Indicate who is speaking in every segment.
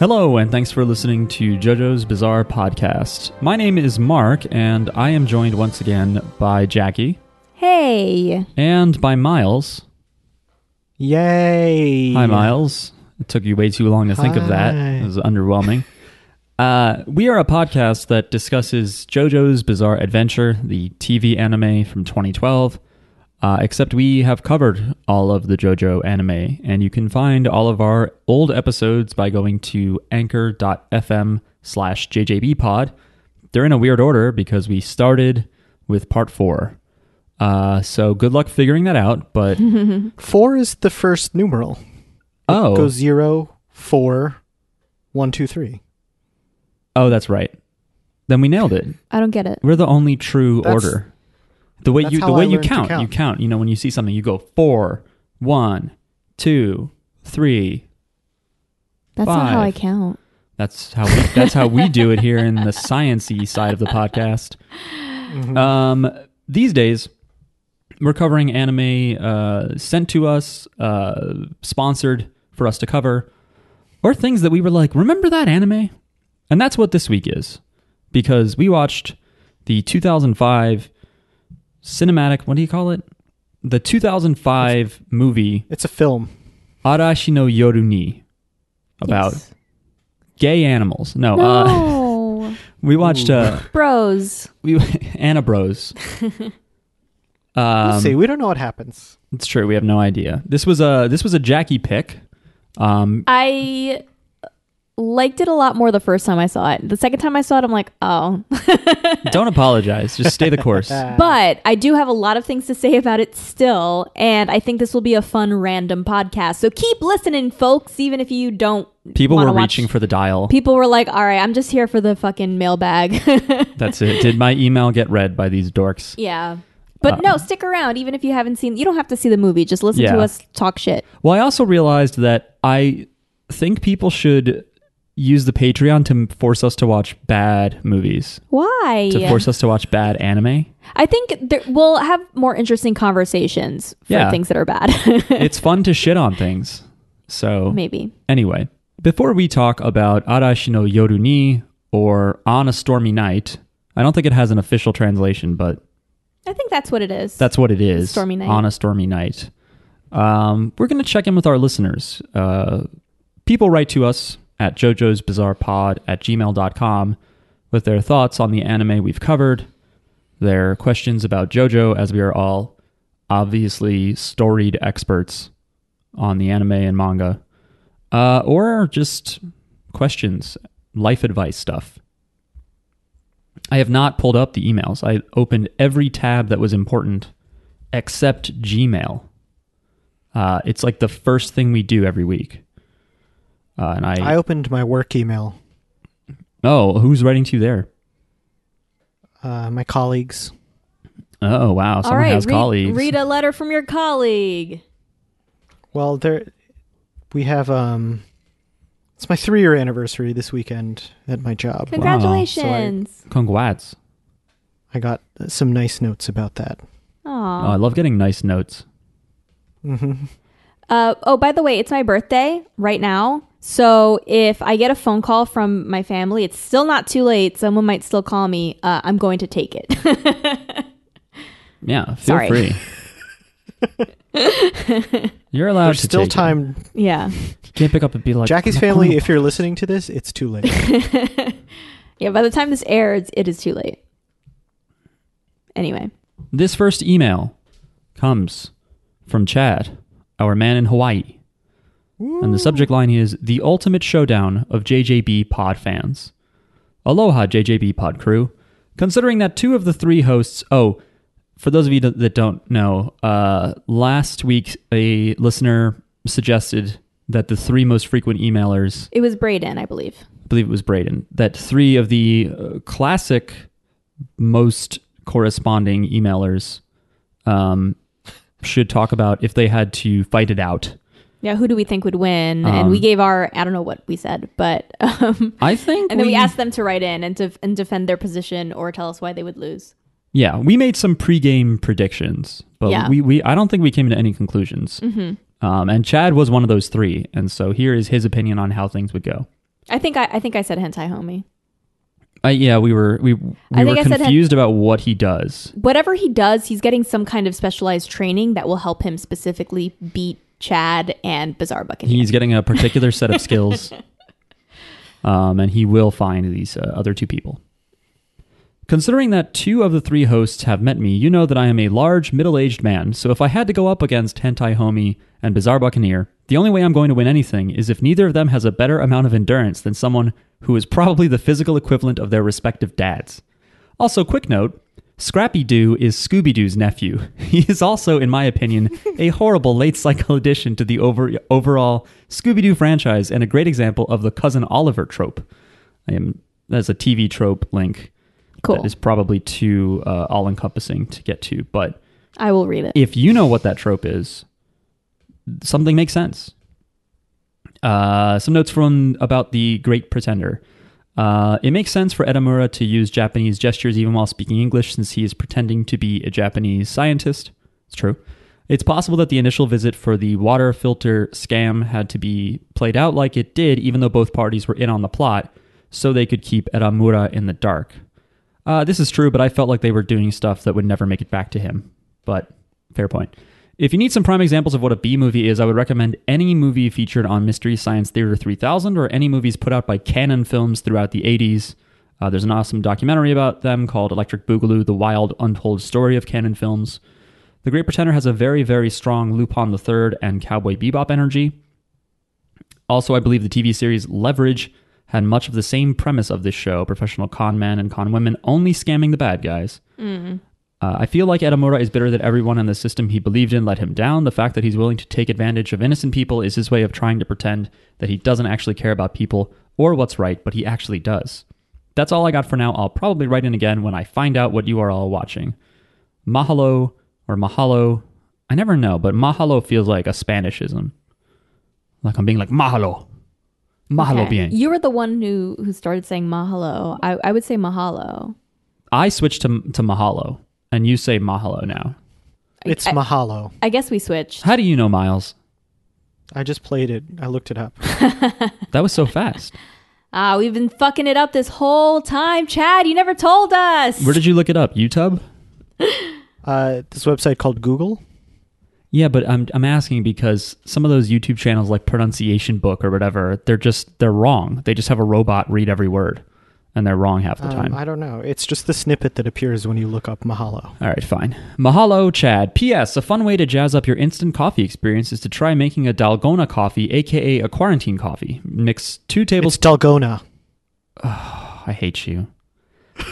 Speaker 1: Hello, and thanks for listening to JoJo's Bizarre Podcast. My name is Mark, and I am joined once again by Jackie
Speaker 2: Hey.
Speaker 1: and by Miles.
Speaker 3: Yay!
Speaker 1: Hi, Miles. It took you way too long to think of that.
Speaker 3: Hi.
Speaker 1: It was underwhelming. Uh, we are a podcast that discusses JoJo's Bizarre Adventure, the TV anime from 2012. Uh, except we have covered all of the JoJo anime, and you can find all of our old episodes by going to anchor.fm slash jjbpod. They're in a weird order because we started with part four. Uh, so good luck figuring that out, but...
Speaker 3: Four is the first numeral.
Speaker 1: oh,
Speaker 3: Goes zero, four, one, two, three.
Speaker 1: Oh, that's right. Then we nailed it.
Speaker 2: I don't get it.
Speaker 1: We're the only true
Speaker 3: That's-
Speaker 1: order. The way
Speaker 3: that's
Speaker 1: you the
Speaker 3: how
Speaker 1: way
Speaker 3: I
Speaker 1: you
Speaker 3: learned to
Speaker 1: count,
Speaker 3: count.
Speaker 1: you count. You know, when you see something, you go four, one, two, three.
Speaker 2: That's not how I
Speaker 1: Five.
Speaker 2: count.
Speaker 1: That's how we, that's how we do it here in the sciency side of the podcast. Um, these days, we're covering anime uh, sent to us, uh, sponsored for us to cover, or things that we were like, remember that anime? And that's what this week is, because we watched the 2005 cinematic. What do you call it? The 2005 movie
Speaker 3: It's a film.
Speaker 1: Arashi no Yoru ni about
Speaker 2: Yes.
Speaker 1: gay animals. No, Uh,
Speaker 2: No.
Speaker 1: we watched uh,
Speaker 2: Oh. Bros.
Speaker 1: we Anna Bros.
Speaker 3: Let's
Speaker 1: um,
Speaker 3: see, we don't know what happens.
Speaker 1: it's true. We have no idea. This was a this was a Jackie pick. Um,
Speaker 2: I liked it a lot more the first time I saw it. The second time I saw it, I'm like, oh.
Speaker 1: don't apologize. Just stay the course.
Speaker 2: but I do have a lot of things to say about it still, and I think this will be a fun random podcast. So keep listening, folks, even if you don't.
Speaker 1: People
Speaker 2: wanna
Speaker 1: were
Speaker 2: watch-
Speaker 1: reaching for the dial.
Speaker 2: People were like, all right, I'm just here for the fucking mailbag.
Speaker 1: That's it. Did my email get read by these dorks?
Speaker 2: yeah.
Speaker 1: Uh,
Speaker 2: But no, stick around, even if you haven't seen, you don't have to see the movie. Just listen
Speaker 1: Yeah.
Speaker 2: to us talk shit.
Speaker 1: Well, I also realized that I think people should use the Patreon to force us to watch bad movies,
Speaker 2: Why?
Speaker 1: to force us to watch bad anime.
Speaker 2: I think there, we'll have more interesting conversations for
Speaker 1: Yeah.
Speaker 2: things that are bad.
Speaker 1: It's fun to shit on things. So
Speaker 2: Maybe.
Speaker 1: Anyway, before we talk about Arashi no Yoru ni or On a Stormy Night, I don't think it has an official translation, but
Speaker 2: I think that's what it is.
Speaker 1: that's what it is.
Speaker 2: Stormy night.
Speaker 1: On a stormy night. Um, we're going to check in with our listeners. Uh, people write to us at jojo's bizarre pod at gmail.com with their thoughts on the anime we've covered, their questions about JoJo, as we are all obviously storied experts on the anime and manga, uh, or just questions, life advice stuff. I have not pulled up the emails. I opened every tab that was important except Gmail. Uh, it's like the first thing we do every week. Uh, and
Speaker 3: I
Speaker 1: I,
Speaker 3: opened my work email.
Speaker 1: oh, who's writing to you there?
Speaker 3: Uh, my colleagues.
Speaker 1: Oh wow,
Speaker 2: All
Speaker 1: someone
Speaker 2: right.
Speaker 1: has
Speaker 2: read,
Speaker 1: colleagues.
Speaker 2: read a letter from your colleague.
Speaker 3: Well, there, we have. um It's my three-year anniversary this weekend at my job.
Speaker 2: Congratulations.
Speaker 1: Congrats.
Speaker 3: I got some nice notes about that.
Speaker 1: Oh, I
Speaker 2: Aw.
Speaker 1: love getting nice notes.
Speaker 2: Uh, oh, by the way, it's my birthday right now. So if I get a phone call from my family, it's still not too late. Someone might still call me. Uh, I'm going to take it.
Speaker 1: Yeah, feel
Speaker 2: Sorry.
Speaker 1: free. You're allowed
Speaker 3: There's
Speaker 1: to
Speaker 3: still
Speaker 1: take it.
Speaker 3: time.
Speaker 2: yeah.
Speaker 1: You can't pick up and be like
Speaker 3: Jackie's
Speaker 1: "I'm
Speaker 3: family,
Speaker 1: cool."
Speaker 3: if you're listening to this, it's too late.
Speaker 2: Yeah. By the time this airs, it is too late. Anyway.
Speaker 1: This first email comes from Chad, our man in Hawaii. And the subject line is The Ultimate Showdown of JJB Pod Fans. Aloha, JJB Pod Crew. Considering that two of the three hosts, oh, for those of you that that don't know, uh, last week a listener suggested that the three most frequent emailers
Speaker 2: It was Braden, I believe.
Speaker 1: I believe it was Braden, that three of the uh, classic most corresponding emailers um, should talk about if they had to fight it out.
Speaker 2: Yeah, who do we think would win? and
Speaker 1: Um,
Speaker 2: we gave our I don't know what we said, but um,
Speaker 1: I think.
Speaker 2: and then we asked them to write in and to and defend their position or tell us why they would lose.
Speaker 1: Yeah, we made some pregame predictions, but
Speaker 2: Yeah. Mm-hmm.
Speaker 1: we, we I don't think we came to any conclusions. Um, and Chad was one of those three, and so here is his opinion on how things would go.
Speaker 2: I think I, I think I said hentai homie.
Speaker 1: Uh, yeah, we were we we
Speaker 2: I
Speaker 1: were
Speaker 2: think I said had-
Speaker 1: confused about what he does.
Speaker 2: Whatever he does, he's getting some kind of specialized training that will help him specifically beat Chad and Bizarre Buccaneer.
Speaker 1: He's getting a particular set of skills, um, and he will find these uh, other two people. Considering that two of the three hosts have met me, you know that I am a large, middle aged man, so if I had to go up against Hentai Homie and Bizarre Buccaneer, the only way I'm going to win anything is if neither of them has a better amount of endurance than someone who is probably the physical equivalent of their respective dads. Also, quick note Scrappy Doo is Scooby Doo's nephew. He is also, in my opinion, a horrible late cycle addition to the over- overall Scooby Doo franchise and a great example of the Cousin Oliver trope. I am, that's a TV trope link
Speaker 2: cool.
Speaker 1: that is probably too uh, all encompassing to get to. But
Speaker 2: I will read it.
Speaker 1: if you know what that trope is, something makes sense. Uh, some notes from about the Great Pretender. Uh, it makes sense for Edamura to use Japanese gestures even while speaking English, since he is pretending to be a Japanese scientist. It's true. It's possible that the initial visit for the water filter scam had to be played out like it did, even though both parties were in on the plot, so they could keep Edamura in the dark. Uh, this is true, but I felt like they were doing stuff that would never make it back to him. But fair point. If you need some prime examples of what a B movie is, I would recommend any movie featured on Mystery Science Theater 3000 or any movies put out by Canon Films throughout the 80s. Uh, there's an awesome documentary about them called Electric Boogaloo The Wild Untold Story of Canon Films. The Great Pretender has a very, very strong Lupin III and Cowboy Bebop energy. Also, I believe the TV series Leverage had much of the same premise of this show professional con men and con women only scamming the bad guys. Uh, I feel like Edamura is bitter that everyone in the system he believed in let him down. The fact that he's willing to take advantage of innocent people is his way of trying to pretend that he doesn't actually care about people or what's right, but he actually does. That's all I got for now. I'll probably write in again when I find out what you are all watching. Mahalo or Mahalo. I never know, but Mahalo feels like a Spanishism. Like I'm being like Mahalo. Mahalo
Speaker 2: Okay.
Speaker 1: bien.
Speaker 2: You were the one who who started saying mahalo. I, I would say mahalo.
Speaker 1: I switched to to Mahalo, and you say Mahalo now.
Speaker 3: It's
Speaker 2: I-
Speaker 3: Mahalo.
Speaker 2: I guess we switched.
Speaker 1: How do you know, Miles?
Speaker 3: I just played it. I looked it up.
Speaker 1: That was so fast.
Speaker 2: Ah, we've been fucking it up this whole time, Chad. You never told us.
Speaker 1: Where did you look it up? YouTube?
Speaker 3: Uh, this website called Google.
Speaker 1: Yeah, but I'm I'm asking because some of those YouTube channels like Pronunciation Book or whatever, they're just they're wrong. They just have a robot read every word, and they're wrong half the
Speaker 3: Um,
Speaker 1: time.
Speaker 3: I don't know. It's just the snippet that appears when you look up Mahalo.
Speaker 1: All right, fine. Mahalo, Chad. P.S. A fun way to jazz up your instant coffee experience is to try making a dalgona coffee, aka a quarantine coffee. Mix two tablespoons.
Speaker 3: It's Dalgona.
Speaker 1: I hate you.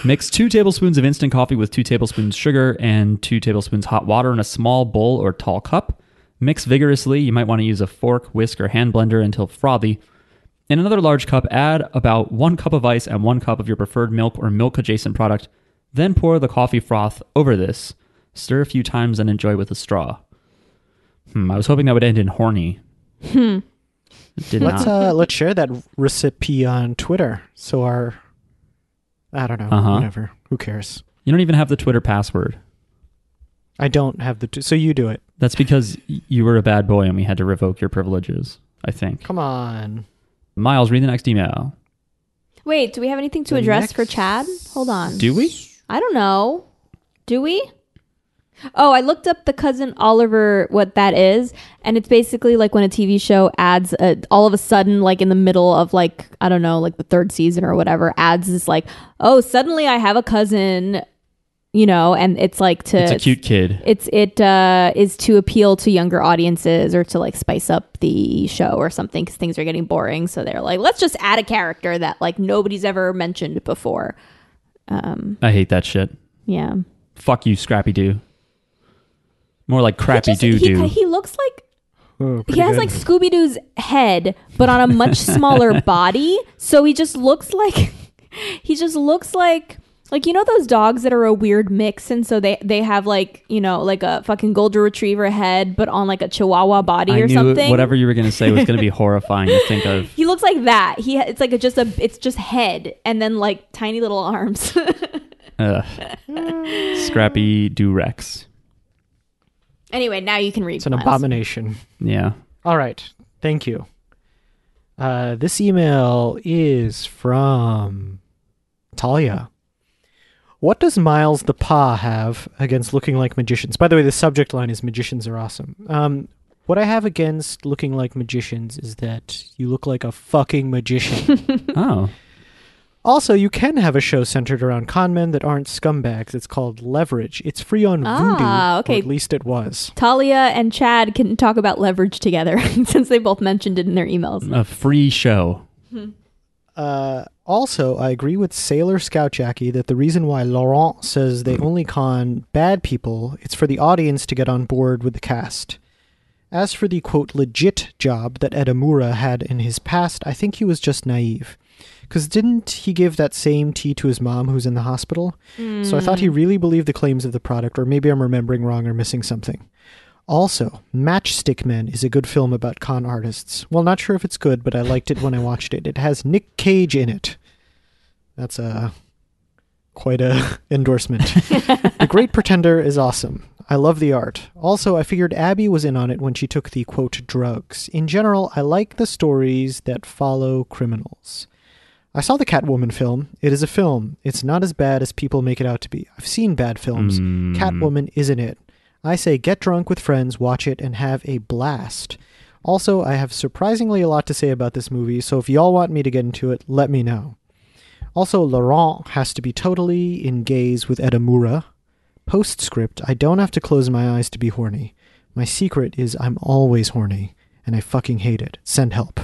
Speaker 1: Mix two tablespoons of instant coffee with two tablespoons sugar and two tablespoons hot water in a small bowl or tall cup. Mix vigorously. You might want to use a fork, whisk, or hand blender until frothy. In another large cup, add about one cup of ice and one cup of your preferred milk or milk adjacent product. Then pour the coffee froth over this. Stir a few times and enjoy with a straw. Hmm, I was hoping that would end in horny. Hmm. Did
Speaker 3: Let's
Speaker 1: not.
Speaker 3: uh, let's share that recipe on Twitter. So our, I don't know,
Speaker 1: Uh-huh.
Speaker 3: whatever. Who cares?
Speaker 1: you don't even have the Twitter password.
Speaker 3: I don't have the. T- so you do it.
Speaker 1: That's because y- you were a bad boy and we had to revoke your privileges, I think.
Speaker 3: Come on.
Speaker 1: Miles, read the next email.
Speaker 2: Wait, do we have anything to
Speaker 3: The
Speaker 2: address
Speaker 3: next-
Speaker 2: for Chad? Hold on.
Speaker 1: Do we?
Speaker 2: I don't know. Do we? Oh, I looked up the cousin Oliver what that is, and it's basically like when a TV show adds a, all of a sudden like in the middle of like I don't know, like the third season or whatever, adds this like, "Oh, suddenly I have a cousin." You know, and it's like to
Speaker 1: It's a cute kid.
Speaker 2: it's it uh, is to appeal to younger audiences or to like spice up the show or something because things are getting boring. So they're like, let's just add a character that like nobody's ever mentioned before.
Speaker 1: I hate that shit.
Speaker 2: Yeah,
Speaker 1: Fuck you, Scrappy Doo. More like Crappy
Speaker 2: Just-
Speaker 1: Doo
Speaker 2: he,
Speaker 1: Doo.
Speaker 2: he looks like
Speaker 3: Oh,
Speaker 2: he has like Scooby Doo's head, but on a much smaller body. So he just looks like he just looks like like you know those dogs that are a weird mix, and so they they have like you know like a fucking golden retriever head, but on like a Chihuahua body
Speaker 1: I
Speaker 2: or
Speaker 1: knew
Speaker 2: something.
Speaker 1: whatever you were going to say was going to be horrifying to think of.
Speaker 2: He looks like that. He it's like a, just a it's just head and then like tiny little arms.
Speaker 1: Ugh. Scrappy Doo Rex.
Speaker 2: anyway, now you can read.
Speaker 3: it's an
Speaker 2: Miles.
Speaker 3: abomination.
Speaker 1: Yeah.
Speaker 3: All right. Thank you. Uh, this email is from Talia. What does Miles the Pa have against looking like magicians? By the way, the subject line is magicians are awesome. Um, what I have against looking like magicians is that you look like a fucking magician.
Speaker 1: Oh,
Speaker 3: also, you can have a show centered around con men that aren't scumbags. It's called Leverage. It's free on Voodoo.
Speaker 2: Ah,
Speaker 3: or
Speaker 2: okay.
Speaker 3: at least it was.
Speaker 2: Talia and Chad can talk about leverage together since they both mentioned it in their emails.
Speaker 1: a free show.
Speaker 3: Uh, also, I agree with Sailor Scout Jackie that the reason why Laurent says they only con bad people, it's for the audience to get on board with the cast. As for the quote legit job that Edamura had in his past, I think he was just naive. Because didn't he give that same tea to his mom who's in the hospital? So I thought he really believed the claims of the product, or maybe I'm remembering wrong or missing something. Also, Matchstick Men is a good film about con artists. Well, not sure if it's good, but I liked it when I watched it. It has Nick Cage in it. That's a quite a endorsement. the Great Pretender is awesome. I love the art. Also, I figured Abby was in on it when she took the quote drugs. In general, I like the stories that follow criminals. I saw the Catwoman film. It is a film. It's not as bad as people make it out to be. I've seen bad films.
Speaker 1: Mm.
Speaker 3: Catwoman isn't it. I say get drunk with friends, watch it, and have a blast. Also, I have surprisingly a lot to say about this movie, so if y'all want me to get into it, let me know. Also, Laurent has to be totally in gaze with Edamura. Postscript I don't have to close my eyes to be horny. My secret is I'm always horny, and I fucking hate it. Send help.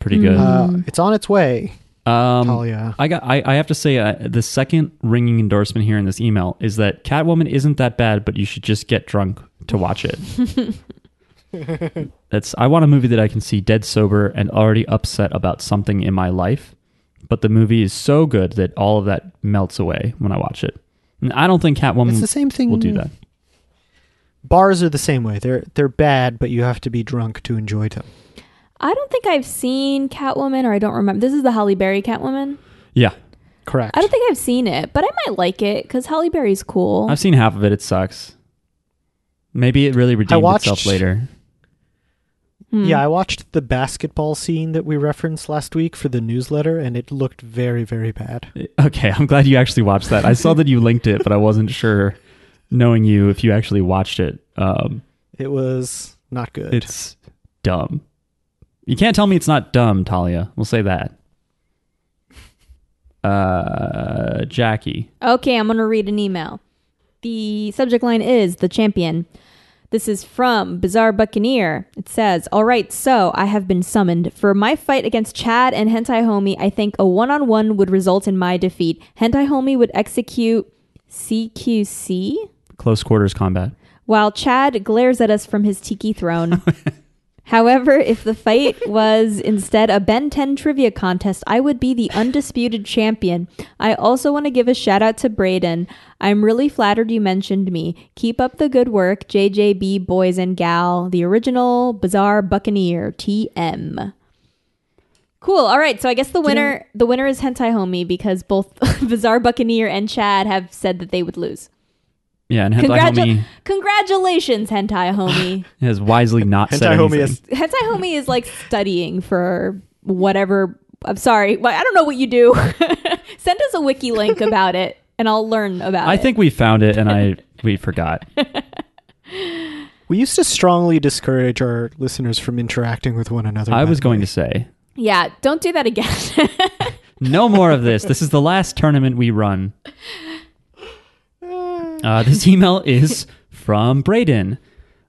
Speaker 1: Pretty good.
Speaker 3: Uh, it's on its way,
Speaker 1: Mm. um,
Speaker 3: Talia.
Speaker 1: I got. I, I have to say, uh, the second ringing endorsement here in this email is that Catwoman isn't that bad, but you should just get drunk to watch it. That's. I want a movie that I can see dead sober and already upset about something in my life, but the movie is so good that all of that melts away when I watch it. And I don't think
Speaker 3: it's
Speaker 1: Catwoman
Speaker 3: the same thing.
Speaker 1: will do that.
Speaker 3: Bars are the same way. They're they're bad, but you have to be drunk to enjoy them.
Speaker 2: I don't think I've seen Catwoman, or I don't remember. This is the Holly Berry Catwoman.
Speaker 1: Yeah,
Speaker 3: Correct.
Speaker 2: I don't think I've seen it, but I might like it because Holly Berry's cool.
Speaker 1: I've seen half of it. It sucks. Maybe it really redeemed itself
Speaker 3: watched-
Speaker 1: later.
Speaker 2: Hmm.
Speaker 3: Yeah, I watched the basketball scene that we referenced last week for the newsletter, and it looked very, very bad.
Speaker 1: Okay, I'm glad you actually watched that. I saw that you linked it, but I wasn't sure, knowing you, if you actually watched it. Um,
Speaker 3: It was not good.
Speaker 1: it's dumb. You can't tell me it's not dumb, Talia. We'll say that. Uh, Jackie.
Speaker 2: Okay, I'm going to read an email. The subject line is The Champion. This is from Bizarre Buccaneer. It says, All right, so I have been summoned. For my fight against Chad and Hentai Homie, I think a one on one would result in my defeat. Hentai Homie would execute CQC?
Speaker 1: Close quarters combat.
Speaker 2: while Chad glares at us from his tiki throne. However, if the fight was instead a Ben 10 trivia contest, I would be the undisputed champion. I also want to give a shout out to Braden. I'm really flattered you mentioned me. Keep up the good work, JJB Boys and Gal, the original Bizarre Buccaneer, TM. Cool. All right. So I guess the winner the winner is Hentai Homie because both Bizarre Buccaneer and Chad have said that they would lose.
Speaker 1: Yeah, and Hentai
Speaker 2: Congratu-
Speaker 1: Homie
Speaker 2: congratulations, hentai homie.
Speaker 1: has wisely not said
Speaker 3: Hentai homie
Speaker 1: anything.
Speaker 3: is
Speaker 2: hentai homie is like studying for whatever. I'm sorry, well, I don't know what you do. Send us a wiki link about it, and I'll learn about
Speaker 1: I
Speaker 2: it.
Speaker 1: think we found it, and I we forgot.
Speaker 3: we used to strongly discourage our listeners from interacting with one another.
Speaker 1: I
Speaker 3: by
Speaker 1: was
Speaker 3: the
Speaker 1: going
Speaker 3: way.
Speaker 1: to say
Speaker 2: Yeah, don't do that again.
Speaker 1: No more of this. This is the last tournament we run. Uh, this email is from Brayden.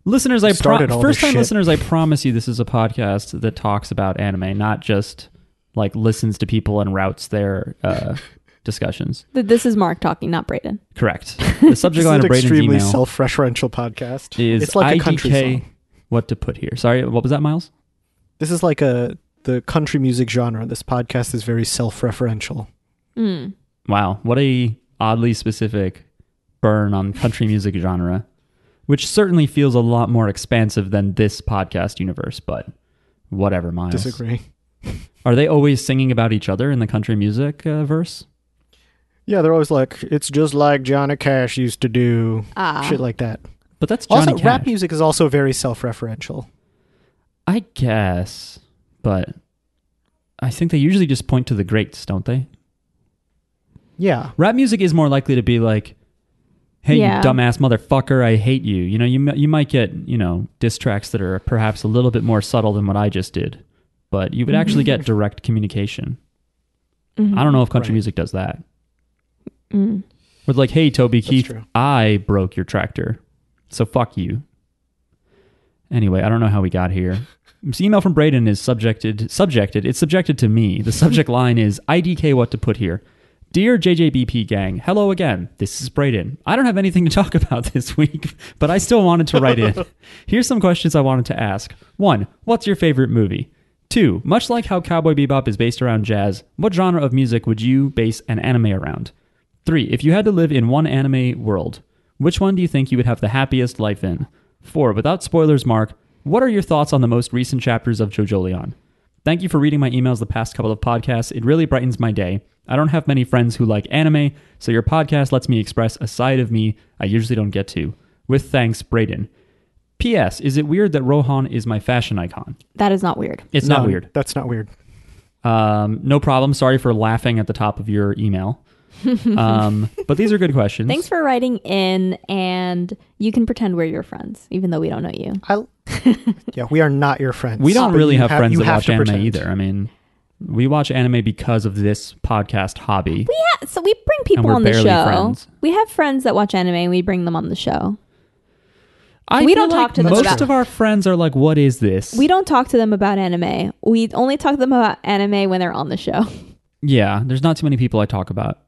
Speaker 1: Listeners, I pro-
Speaker 3: Started all this
Speaker 1: first time
Speaker 3: shit.
Speaker 1: listeners, I promise you, this is a podcast that talks about anime, not just like listens to people and routes their uh, discussions.
Speaker 2: Th- this is Mark talking, not Brayden.
Speaker 1: Correct. The subject
Speaker 3: This is
Speaker 1: line
Speaker 3: an
Speaker 1: of Brayden's
Speaker 3: extremely
Speaker 1: email
Speaker 3: self-referential podcast.
Speaker 1: is
Speaker 3: it's like
Speaker 1: IDK.
Speaker 3: a country song.
Speaker 1: What to put here? Sorry, what was that, Miles?
Speaker 3: This is like a the country music genre. This podcast is very self-referential.
Speaker 2: Mm.
Speaker 1: Wow, what a oddly specific burn on country music genre, which certainly feels a lot more expansive than this podcast universe, but whatever, Miles.
Speaker 3: Disagree.
Speaker 1: Are they always singing about each other in the country music uh, verse?
Speaker 3: Yeah, they're always like, it's just like Johnny Cash used to do
Speaker 2: Ah.
Speaker 3: shit like that.
Speaker 1: But that's Johnny
Speaker 3: also,
Speaker 1: Cash.
Speaker 3: rap music is also very self-referential.
Speaker 1: I guess. but I think they usually just point to the greats, don't they?
Speaker 3: Yeah.
Speaker 1: Rap music is more likely to be like, "Hey,
Speaker 2: Yeah.
Speaker 1: you dumbass motherfucker, I hate you." You know, you mi- you might get you know diss tracks that are perhaps a little bit more subtle than what I just did, but you would actually get
Speaker 2: Mm-hmm.
Speaker 1: direct communication. I don't know if country
Speaker 3: Right.
Speaker 1: music does that.
Speaker 2: Mm.
Speaker 1: With like, "Hey, Toby
Speaker 3: That's
Speaker 1: Keith,
Speaker 3: true.
Speaker 1: I broke your tractor, so fuck you." Anyway, I don't know how we got here. This email from Braden is subjected. Subjected. It's subjected to me. The subject line is IDK. What to put here? Dear JJBP gang, hello again. This is Braden. I don't have anything to talk about this week, but I still wanted to write in. Here's some questions I wanted to ask. One, what's your favorite movie? Two, much like how Cowboy Bebop is based around jazz, what genre of music would you base an anime around? Three, if you had to live in one anime world, which one do you think you would have the happiest life in? Four, without spoilers, Mark, what are your thoughts on the most recent chapters of JoJo Leon? Thank you for reading my emails the past couple of podcasts. It really brightens my day. I don't have many friends who like anime, so your podcast lets me express a side of me I usually don't get to. With thanks, Brayden. P.S. Is it weird that Rohan is my fashion icon?
Speaker 2: That is not weird.
Speaker 1: It's not
Speaker 3: No,
Speaker 1: weird.
Speaker 3: That's not weird.
Speaker 1: Um, no problem. Sorry for laughing at the top of your email. um, but these are good questions.
Speaker 2: Thanks for writing in, and you can pretend we're your friends, even though we don't know you.
Speaker 3: I. yeah, we are not your friends.
Speaker 1: We don't
Speaker 3: but
Speaker 1: really
Speaker 3: you
Speaker 1: have, friends
Speaker 3: you
Speaker 1: that
Speaker 3: have
Speaker 1: watch
Speaker 3: to
Speaker 1: anime
Speaker 3: pretend.
Speaker 1: either. I mean, we watch anime because of this podcast hobby.
Speaker 2: Yeah, so we bring people
Speaker 1: we're
Speaker 2: on the
Speaker 1: barely
Speaker 2: show.
Speaker 1: friends.
Speaker 2: We have friends that watch anime, and we bring them on the show.
Speaker 1: I
Speaker 2: we
Speaker 1: feel
Speaker 2: don't
Speaker 1: like
Speaker 2: talk to them
Speaker 1: most
Speaker 2: about-
Speaker 1: of our friends are like, "What is this?"
Speaker 2: We don't talk to them about anime. We only talk to them about anime when they're on the show.
Speaker 1: yeah, there's not too many people I talk about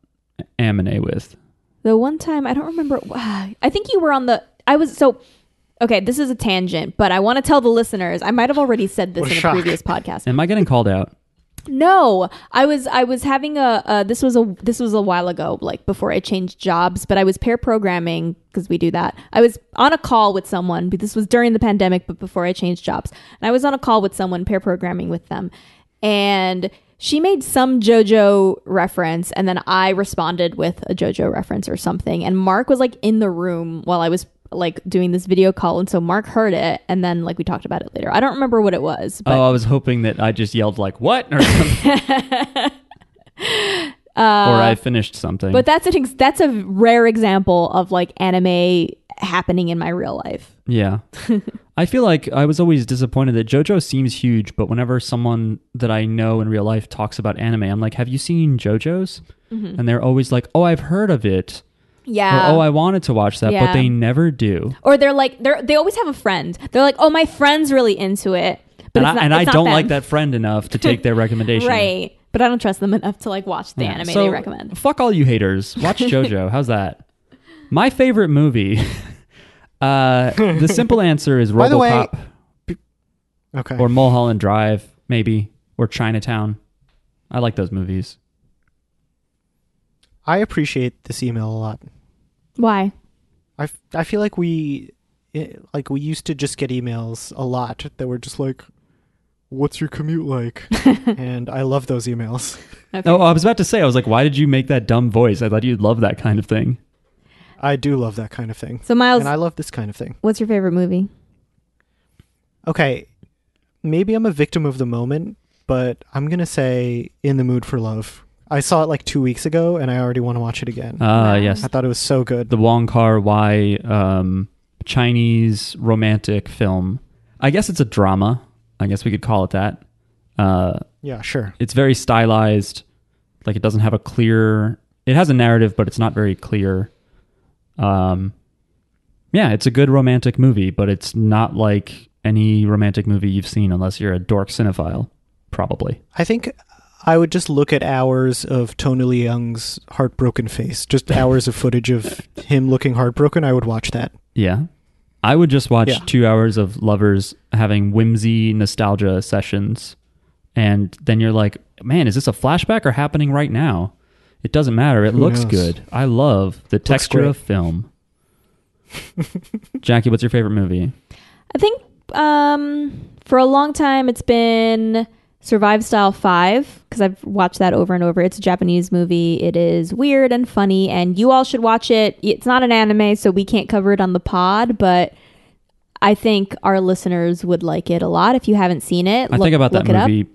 Speaker 1: anime with.
Speaker 2: The one time I don't remember. I think you were on the. I was so. Okay, this is a tangent, but I want to tell the listeners. I might have already said this
Speaker 3: What a
Speaker 2: in a
Speaker 3: shock.
Speaker 2: previous podcast.
Speaker 1: Am I getting called out?
Speaker 2: No, I was I was having a uh, this was a this was a while ago, like before I changed jobs. But I was pair programming because we do that. I was on a call with someone, but this was during the pandemic, but before I changed jobs, and I was on a call with someone pair programming with them, and she made some JoJo reference, and then I responded with a JoJo reference or something, and Mark was like in the room while I was like doing this video call, and so Mark heard it, and then like we talked about it later. I don't remember what it was, but.
Speaker 1: oh, I was hoping that I just yelled like "What?" or something. or I finished something.
Speaker 2: Uh, But that's an ex- that's a rare example of like anime happening in my real life.
Speaker 1: Yeah. I feel like I was always disappointed that JoJo seems huge, but whenever someone that I know in real life talks about anime, I'm like, have you seen JoJo's? And they're always like, oh, I've heard of it.
Speaker 2: Mm-hmm. Yeah.
Speaker 1: or, oh, I wanted to watch that, but
Speaker 2: Yeah.
Speaker 1: they never do.
Speaker 2: or they're like they're they always have a friend. They're like, "Oh, my friend's really into it." But
Speaker 1: and
Speaker 2: it's
Speaker 1: I,
Speaker 2: not-
Speaker 1: and I
Speaker 2: it's not
Speaker 1: don't
Speaker 2: them.
Speaker 1: like that friend enough to take their recommendation.
Speaker 2: Right. But I don't trust them enough to like watch the
Speaker 1: Yeah.
Speaker 2: anime
Speaker 1: So,
Speaker 2: they recommend.
Speaker 1: Fuck all you haters. Watch JoJo. How's that? My favorite movie. uh, the simple answer is
Speaker 3: By the way-
Speaker 1: RoboCop
Speaker 3: Okay.
Speaker 1: or Mulholland Drive, maybe, or Chinatown. I like those movies.
Speaker 3: I appreciate this email a lot.
Speaker 2: Why?
Speaker 3: I, f- I feel like we it, like we used to just get emails a lot that were just like what's your commute like and i love those emails
Speaker 1: Oh, I was about to say, I was like, why did you make that dumb voice? I thought you'd love that kind of thing.
Speaker 3: i do love that kind of thing
Speaker 2: So Miles,
Speaker 3: and i love this kind of thing
Speaker 2: what's your favorite movie?
Speaker 3: okay maybe i'm a victim of the moment but i'm gonna say in the mood for love i saw it like two weeks ago and i already want to watch it again
Speaker 1: Ah, yes.
Speaker 3: i thought it was so good
Speaker 1: The Wong Kar Wai um, Chinese romantic film. I guess it's a drama. I guess we could call it that. Uh,
Speaker 3: yeah sure
Speaker 1: it's very stylized. Like, it doesn't have a clear... It has a narrative, but it's not very clear. Um, yeah, it's a good romantic movie, but it's not like any romantic movie you've seen unless you're a dork cinephile, probably.
Speaker 3: i think I would just look at hours of Tony Leung's heartbroken face, just hours of footage of him looking heartbroken. I would watch that.
Speaker 1: Yeah. I would just watch
Speaker 3: Yeah.
Speaker 1: two hours of lovers having whimsy nostalgia sessions. And then you're like, man, is this a flashback or happening right now? It doesn't matter. It
Speaker 3: Who
Speaker 1: looks
Speaker 3: knows?
Speaker 1: good. I love the texture
Speaker 3: great.
Speaker 1: of film. Jackie, what's your favorite movie?
Speaker 2: I think um for a long time it's been Survive Style 5 because I've watched that over and over. It's a Japanese movie. It is weird and funny and you all should watch it. It's not an anime so we can't cover it on the pod, but I think our listeners would like it a lot. If you haven't seen it,
Speaker 1: I
Speaker 2: look-
Speaker 1: think about that
Speaker 2: look it up.
Speaker 1: movie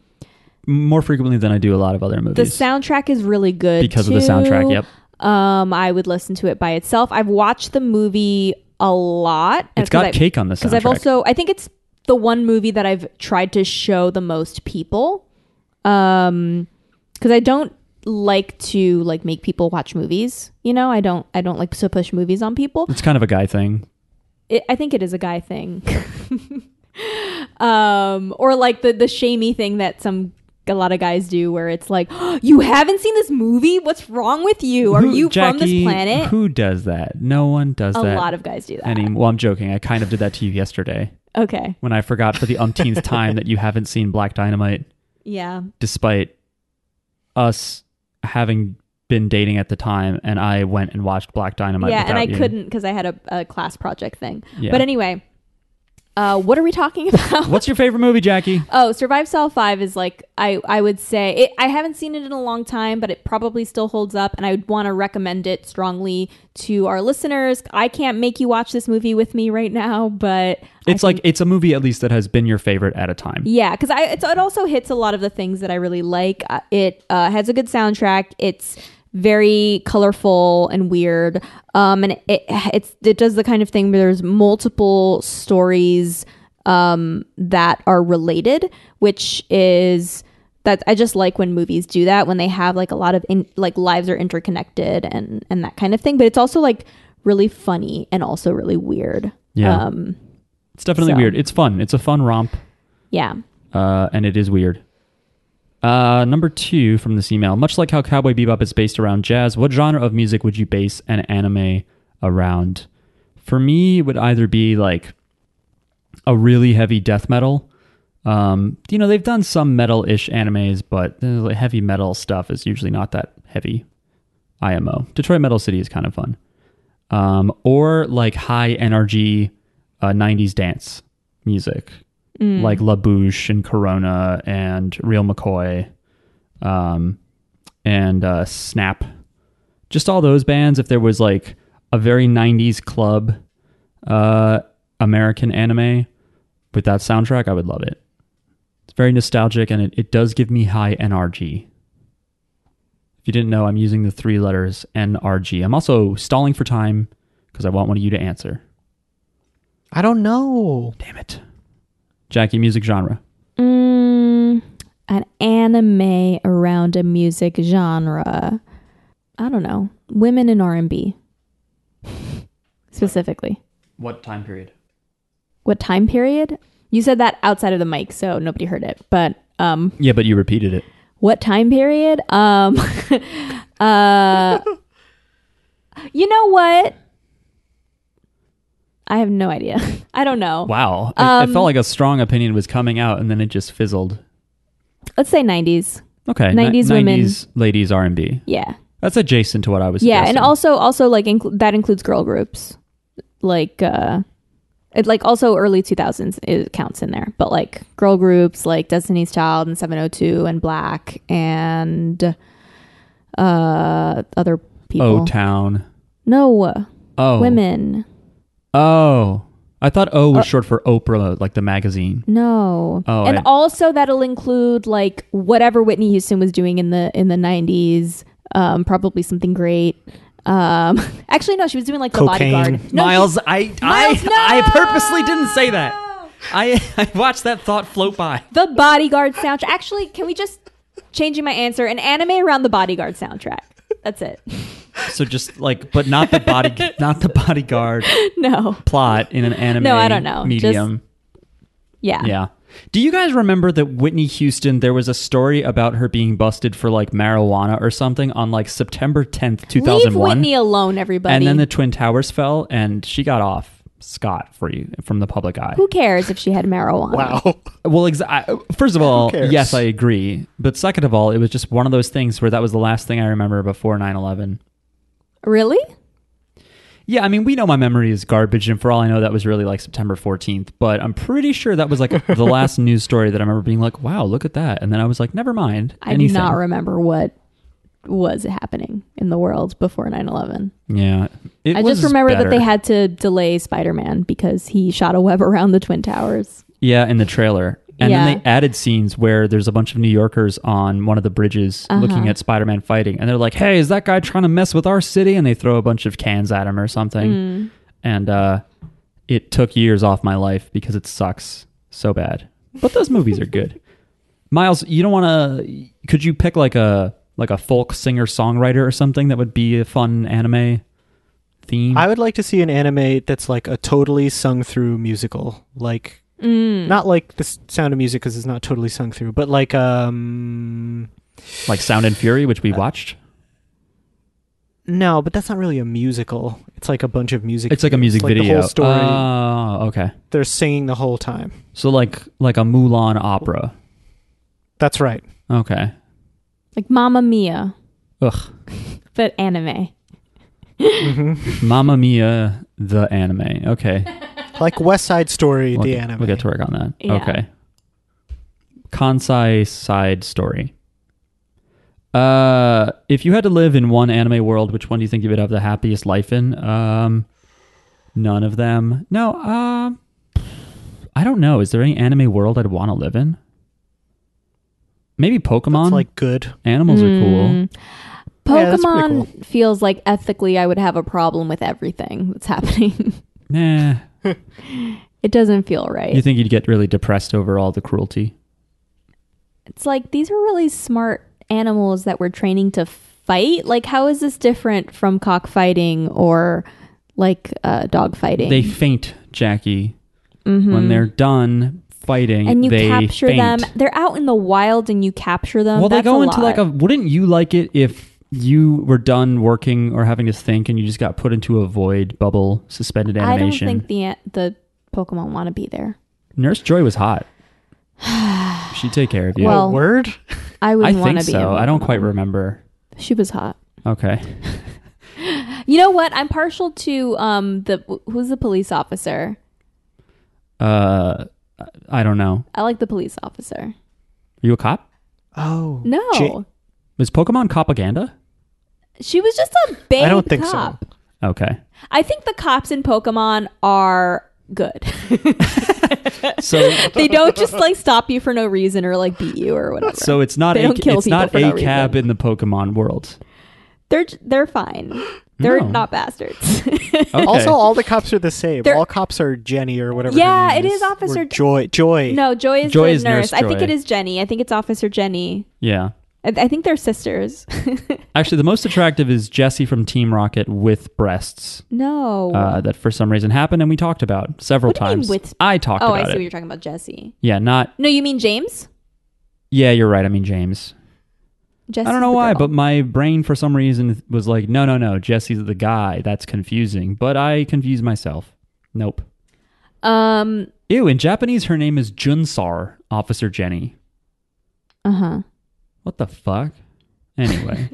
Speaker 1: more frequently than I do a lot of other
Speaker 2: The
Speaker 1: movies.
Speaker 2: soundtrack is really good
Speaker 1: because of the
Speaker 2: too.
Speaker 1: soundtrack. Yep.
Speaker 2: Um, I would listen to it by itself. I've watched the movie a lot. and
Speaker 1: It's got
Speaker 2: because I-
Speaker 1: cake on the soundtrack.
Speaker 2: because I've also I think it's the one movie that I've tried to show the most people. Um because I don't like to like make people watch movies, you know? I don't I don't like to push movies on people.
Speaker 1: it's kind of a guy thing.
Speaker 2: It, I think it is a guy thing. um or like the the shamey thing that some a lot of guys do where it's like, "You haven't seen this movie? What's wrong with you? Are
Speaker 1: Who-
Speaker 2: you from this
Speaker 1: Jackie,
Speaker 2: planet?"
Speaker 1: Who does that? No one does
Speaker 2: a
Speaker 1: that.
Speaker 2: lot of guys do that.
Speaker 1: Any, well, I'm joking. I kind of did that to you yesterday
Speaker 2: okay.
Speaker 1: when I forgot for the umpteenth time that you haven't seen Black Dynamite,
Speaker 2: Yeah.
Speaker 1: despite us having been dating at the time, and I went and watched Black Dynamite.
Speaker 2: yeah, and
Speaker 1: without
Speaker 2: I
Speaker 1: you.
Speaker 2: couldn't because I had a, a class project thing.
Speaker 1: Yeah.
Speaker 2: But anyway, uh, what are we talking about?
Speaker 1: What's your favorite movie, Jackie?
Speaker 2: oh, Survive Cell Five is like I I would say it, I haven't seen it in a long time, but it probably still holds up, and I would want to recommend it strongly to our listeners. I can't make you watch this movie with me right now, but
Speaker 1: It's like it's a movie at least that has been your favorite at a time.
Speaker 2: Yeah, because I it's, it also hits a lot of the things that I really like. Uh, It uh, has a good soundtrack. It's very colorful and weird, um, and it it's it does the kind of thing where there's multiple stories um, that are related, which is that I just like when movies do that when they have like a lot of in, like lives are interconnected and and that kind of thing. But it's also like really funny and also really weird.
Speaker 1: Yeah.
Speaker 2: um,
Speaker 1: It's definitely
Speaker 2: So.
Speaker 1: weird. It's fun. It's a fun romp,
Speaker 2: yeah.
Speaker 1: uh, and it is weird. Uh, number two from this email. Much like how Cowboy Bebop is based around jazz, what genre of music would you base an anime around? For me, it would either be like a really heavy death metal. Um, you know, they've done some metal ish animes, but the heavy metal stuff is usually not that heavy. IMO. Detroit Metal City is kind of fun. Um, or like high energy uh, 90s dance music, like La Bouche and Corona and Real McCoy um, and uh, Snap. Just all those bands. If there was like a very 90s club uh, American anime with that soundtrack, I would love it. It's very nostalgic and it, it does give me high NRG. If you didn't know, I'm using the three letters NRG. I'm also stalling for time because I want one of you to answer.
Speaker 3: I don't know.
Speaker 1: Damn it. Jackie, music genre.
Speaker 2: Mm, an anime around a music genre. I don't know. Women in R and B, specifically.
Speaker 1: What time period?
Speaker 2: What time period? You said that outside of the mic, so nobody heard it. But um,
Speaker 1: Yeah, but you repeated it.
Speaker 2: what time period? Um, uh, you know what? I have no idea. I don't know.
Speaker 1: Wow. It, it
Speaker 2: Um,
Speaker 1: felt like a strong opinion was coming out and then it just fizzled.
Speaker 2: Let's say nineties.
Speaker 1: Okay.
Speaker 2: 90s
Speaker 1: ni-
Speaker 2: women.
Speaker 1: 90s ladies R&B.
Speaker 2: Yeah.
Speaker 1: That's adjacent to what I was
Speaker 2: yeah and
Speaker 1: suggesting.
Speaker 2: also also like inclu- that includes girl groups like uh it like also early 2000s it counts in there but like girl groups like destiny's child and 702 and black and uh other people
Speaker 1: O-Town.
Speaker 2: no
Speaker 1: Oh.
Speaker 2: women Uh,
Speaker 1: Oh. I thought O was short for Oprah, like the magazine.
Speaker 2: no
Speaker 1: Oh,
Speaker 2: and
Speaker 1: I-
Speaker 2: also that'll include like whatever whitney houston was doing in the in the 90s um probably something great um actually no she was doing like
Speaker 3: Cocaine.
Speaker 2: the bodyguard no, she-
Speaker 1: Miles, I,
Speaker 2: Miles, no!
Speaker 1: I, I purposely didn't say that. I, I watched that thought float by.
Speaker 2: The Bodyguard soundtrack. Actually, can we just changing my answer? An anime around the Bodyguard soundtrack. That's it.
Speaker 1: So just like, but not the body, not the bodyguard
Speaker 2: No.
Speaker 1: plot in an anime.
Speaker 2: No, I don't know.
Speaker 1: Medium.
Speaker 2: Yeah.
Speaker 1: yeah. Do you guys remember that Whitney Houston? There was a story about her being busted for like marijuana or something on like September tenth, two
Speaker 2: Leave
Speaker 1: thousand one,
Speaker 2: Whitney alone, everybody.
Speaker 1: and then the Twin Towers fell, and she got off scot free from the public eye.
Speaker 2: Who cares if she had marijuana?
Speaker 3: Wow.
Speaker 1: Well, ex- I, first of all,
Speaker 3: cares?
Speaker 1: yes, I agree. But second of all, it was just one of those things where that was the last thing I remember before 9 11.
Speaker 2: Really?
Speaker 1: Yeah, I mean, we know my memory is garbage. And for all I know, that was really like September 14th. But I'm pretty sure that was like the last news story that I remember being like, wow, look at that. And then I was like, never mind.
Speaker 2: I
Speaker 1: anything.
Speaker 2: do not remember what was happening in the world before 9-11
Speaker 1: Yeah. It
Speaker 2: i
Speaker 1: was
Speaker 2: just remember
Speaker 1: better.
Speaker 2: that they had to delay spider-man because he shot a web around the twin towers
Speaker 1: Yeah, in the trailer. And
Speaker 2: Yeah.
Speaker 1: then they added scenes where there's a bunch of New Yorkers on one of the bridges
Speaker 2: Uh-huh.
Speaker 1: looking at Spider Man fighting. And they're like, hey, is that guy trying to mess with our city? And they throw a bunch of cans at him or something.
Speaker 2: Mm.
Speaker 1: And uh, it took years off my life because it sucks so bad. But those movies are good. Miles, you don't want to. Could you pick like a like a folk singer songwriter or something that would be a fun anime theme?
Speaker 3: I would like to see an anime that's like a totally sung through musical, like
Speaker 2: Mm.
Speaker 3: not like the S- Sound of Music because it's not totally sung through, but like um
Speaker 1: like Sound and Fury, which we watched.
Speaker 3: no, but that's not really a musical. It's like a bunch of music.
Speaker 1: It's like a music
Speaker 3: like the
Speaker 1: video.
Speaker 3: whole story.
Speaker 1: Oh, okay.
Speaker 3: They're singing the whole time.
Speaker 1: So like like a Mulan opera.
Speaker 3: That's right.
Speaker 1: Okay.
Speaker 2: like mama mia
Speaker 1: Ugh.
Speaker 2: but anime
Speaker 3: Mm-hmm.
Speaker 1: Mamma Mia the anime. Okay.
Speaker 3: Like West Side Story,
Speaker 1: We'll
Speaker 3: the
Speaker 1: get-
Speaker 3: anime.
Speaker 1: We'll get to work on that.
Speaker 2: Yeah.
Speaker 1: Okay. Kansai side story. Uh, if you had to live in one anime world, which one do you think you would have the happiest life in? Um, none of them. No. Um, I don't know. Is there any anime world I'd want to live in? Maybe Pokemon.
Speaker 3: It's like good.
Speaker 1: animals are cool.
Speaker 3: Yeah, that's pretty
Speaker 2: pokemon feels like ethically i would have a problem with everything that's happening
Speaker 1: Nah.
Speaker 2: it doesn't feel right
Speaker 1: You think you'd get really depressed over all the cruelty?
Speaker 2: it's like these are really smart animals that we're training to fight. Like, how is this different from cockfighting or like uh, dog fighting?
Speaker 1: They faint, Jackie. When they're done fighting,
Speaker 2: Mm-hmm. and you
Speaker 1: they
Speaker 2: capture
Speaker 1: faint.
Speaker 2: them. They're out in the wild, and you capture them.
Speaker 1: Well, they
Speaker 2: That's
Speaker 1: go
Speaker 2: a
Speaker 1: into like a.
Speaker 2: lot.
Speaker 1: Wouldn't you like it if you were done working or having to think, and you just got put into a void bubble, suspended
Speaker 2: I don't
Speaker 1: animation?
Speaker 2: think the an- the Pokemon want to be there.
Speaker 1: Nurse Joy was hot. She'd take care of you.
Speaker 2: Well,
Speaker 3: Word?
Speaker 2: I
Speaker 1: I
Speaker 2: wouldn't want
Speaker 1: think
Speaker 2: to be.
Speaker 1: so.
Speaker 2: a
Speaker 1: I don't
Speaker 2: Pokemon.
Speaker 1: quite remember.
Speaker 2: She was hot.
Speaker 1: Okay.
Speaker 2: You know what? I'm partial to um the who's the police officer.
Speaker 1: Uh, I don't know.
Speaker 2: I like the police officer.
Speaker 1: Are you a cop?
Speaker 3: Oh.
Speaker 2: No,
Speaker 3: Ja-
Speaker 1: Is Pokemon propaganda?
Speaker 2: she was just a babe.
Speaker 3: I don't think so.
Speaker 2: cop.
Speaker 1: Okay.
Speaker 2: I think the cops in Pokemon are good.
Speaker 1: So
Speaker 2: they don't just like stop you for no reason or like beat you or whatever.
Speaker 1: So it's not
Speaker 2: They
Speaker 1: a
Speaker 2: don't kill
Speaker 1: it's not
Speaker 2: people for
Speaker 1: a
Speaker 2: no
Speaker 1: cab
Speaker 2: reason.
Speaker 1: in the Pokemon world.
Speaker 2: they're j- they're fine. They're
Speaker 1: No.
Speaker 2: not bastards.
Speaker 1: Okay.
Speaker 3: Also, all the cops are the same.
Speaker 2: They're-
Speaker 3: all cops are Jenny or whatever. her
Speaker 2: Yeah,
Speaker 3: name
Speaker 2: it is
Speaker 3: Or
Speaker 2: Officer-
Speaker 3: Joy. Joy.
Speaker 2: no, Joy is
Speaker 1: Joy
Speaker 2: the
Speaker 1: is
Speaker 2: nurse.
Speaker 1: Nurse
Speaker 2: I think
Speaker 1: Joy.
Speaker 2: it is Jenny. I think it's Officer Jenny.
Speaker 1: yeah.
Speaker 2: I, I think they're sisters.
Speaker 1: Actually, the most attractive is Jesse from Team Rocket with breasts
Speaker 2: no.
Speaker 1: uh, that for some reason happened and we talked about several
Speaker 2: What do you mean
Speaker 1: times.
Speaker 2: with-
Speaker 1: I talked
Speaker 2: oh, I see
Speaker 1: about
Speaker 2: what
Speaker 1: it.
Speaker 2: you're talking about, Jesse.
Speaker 1: Yeah, not.
Speaker 2: No, you mean James?
Speaker 1: Yeah, you're right. I mean James.
Speaker 2: Jesse.
Speaker 1: I don't know why, but my brain for some reason was like, no, no, no. Jesse's the guy. That's confusing. But I confused myself. Nope.
Speaker 2: but um,
Speaker 1: Ew. In Japanese, her name is Junsar, Officer Jenny.
Speaker 2: uh huh.
Speaker 1: What the fuck? Anyway.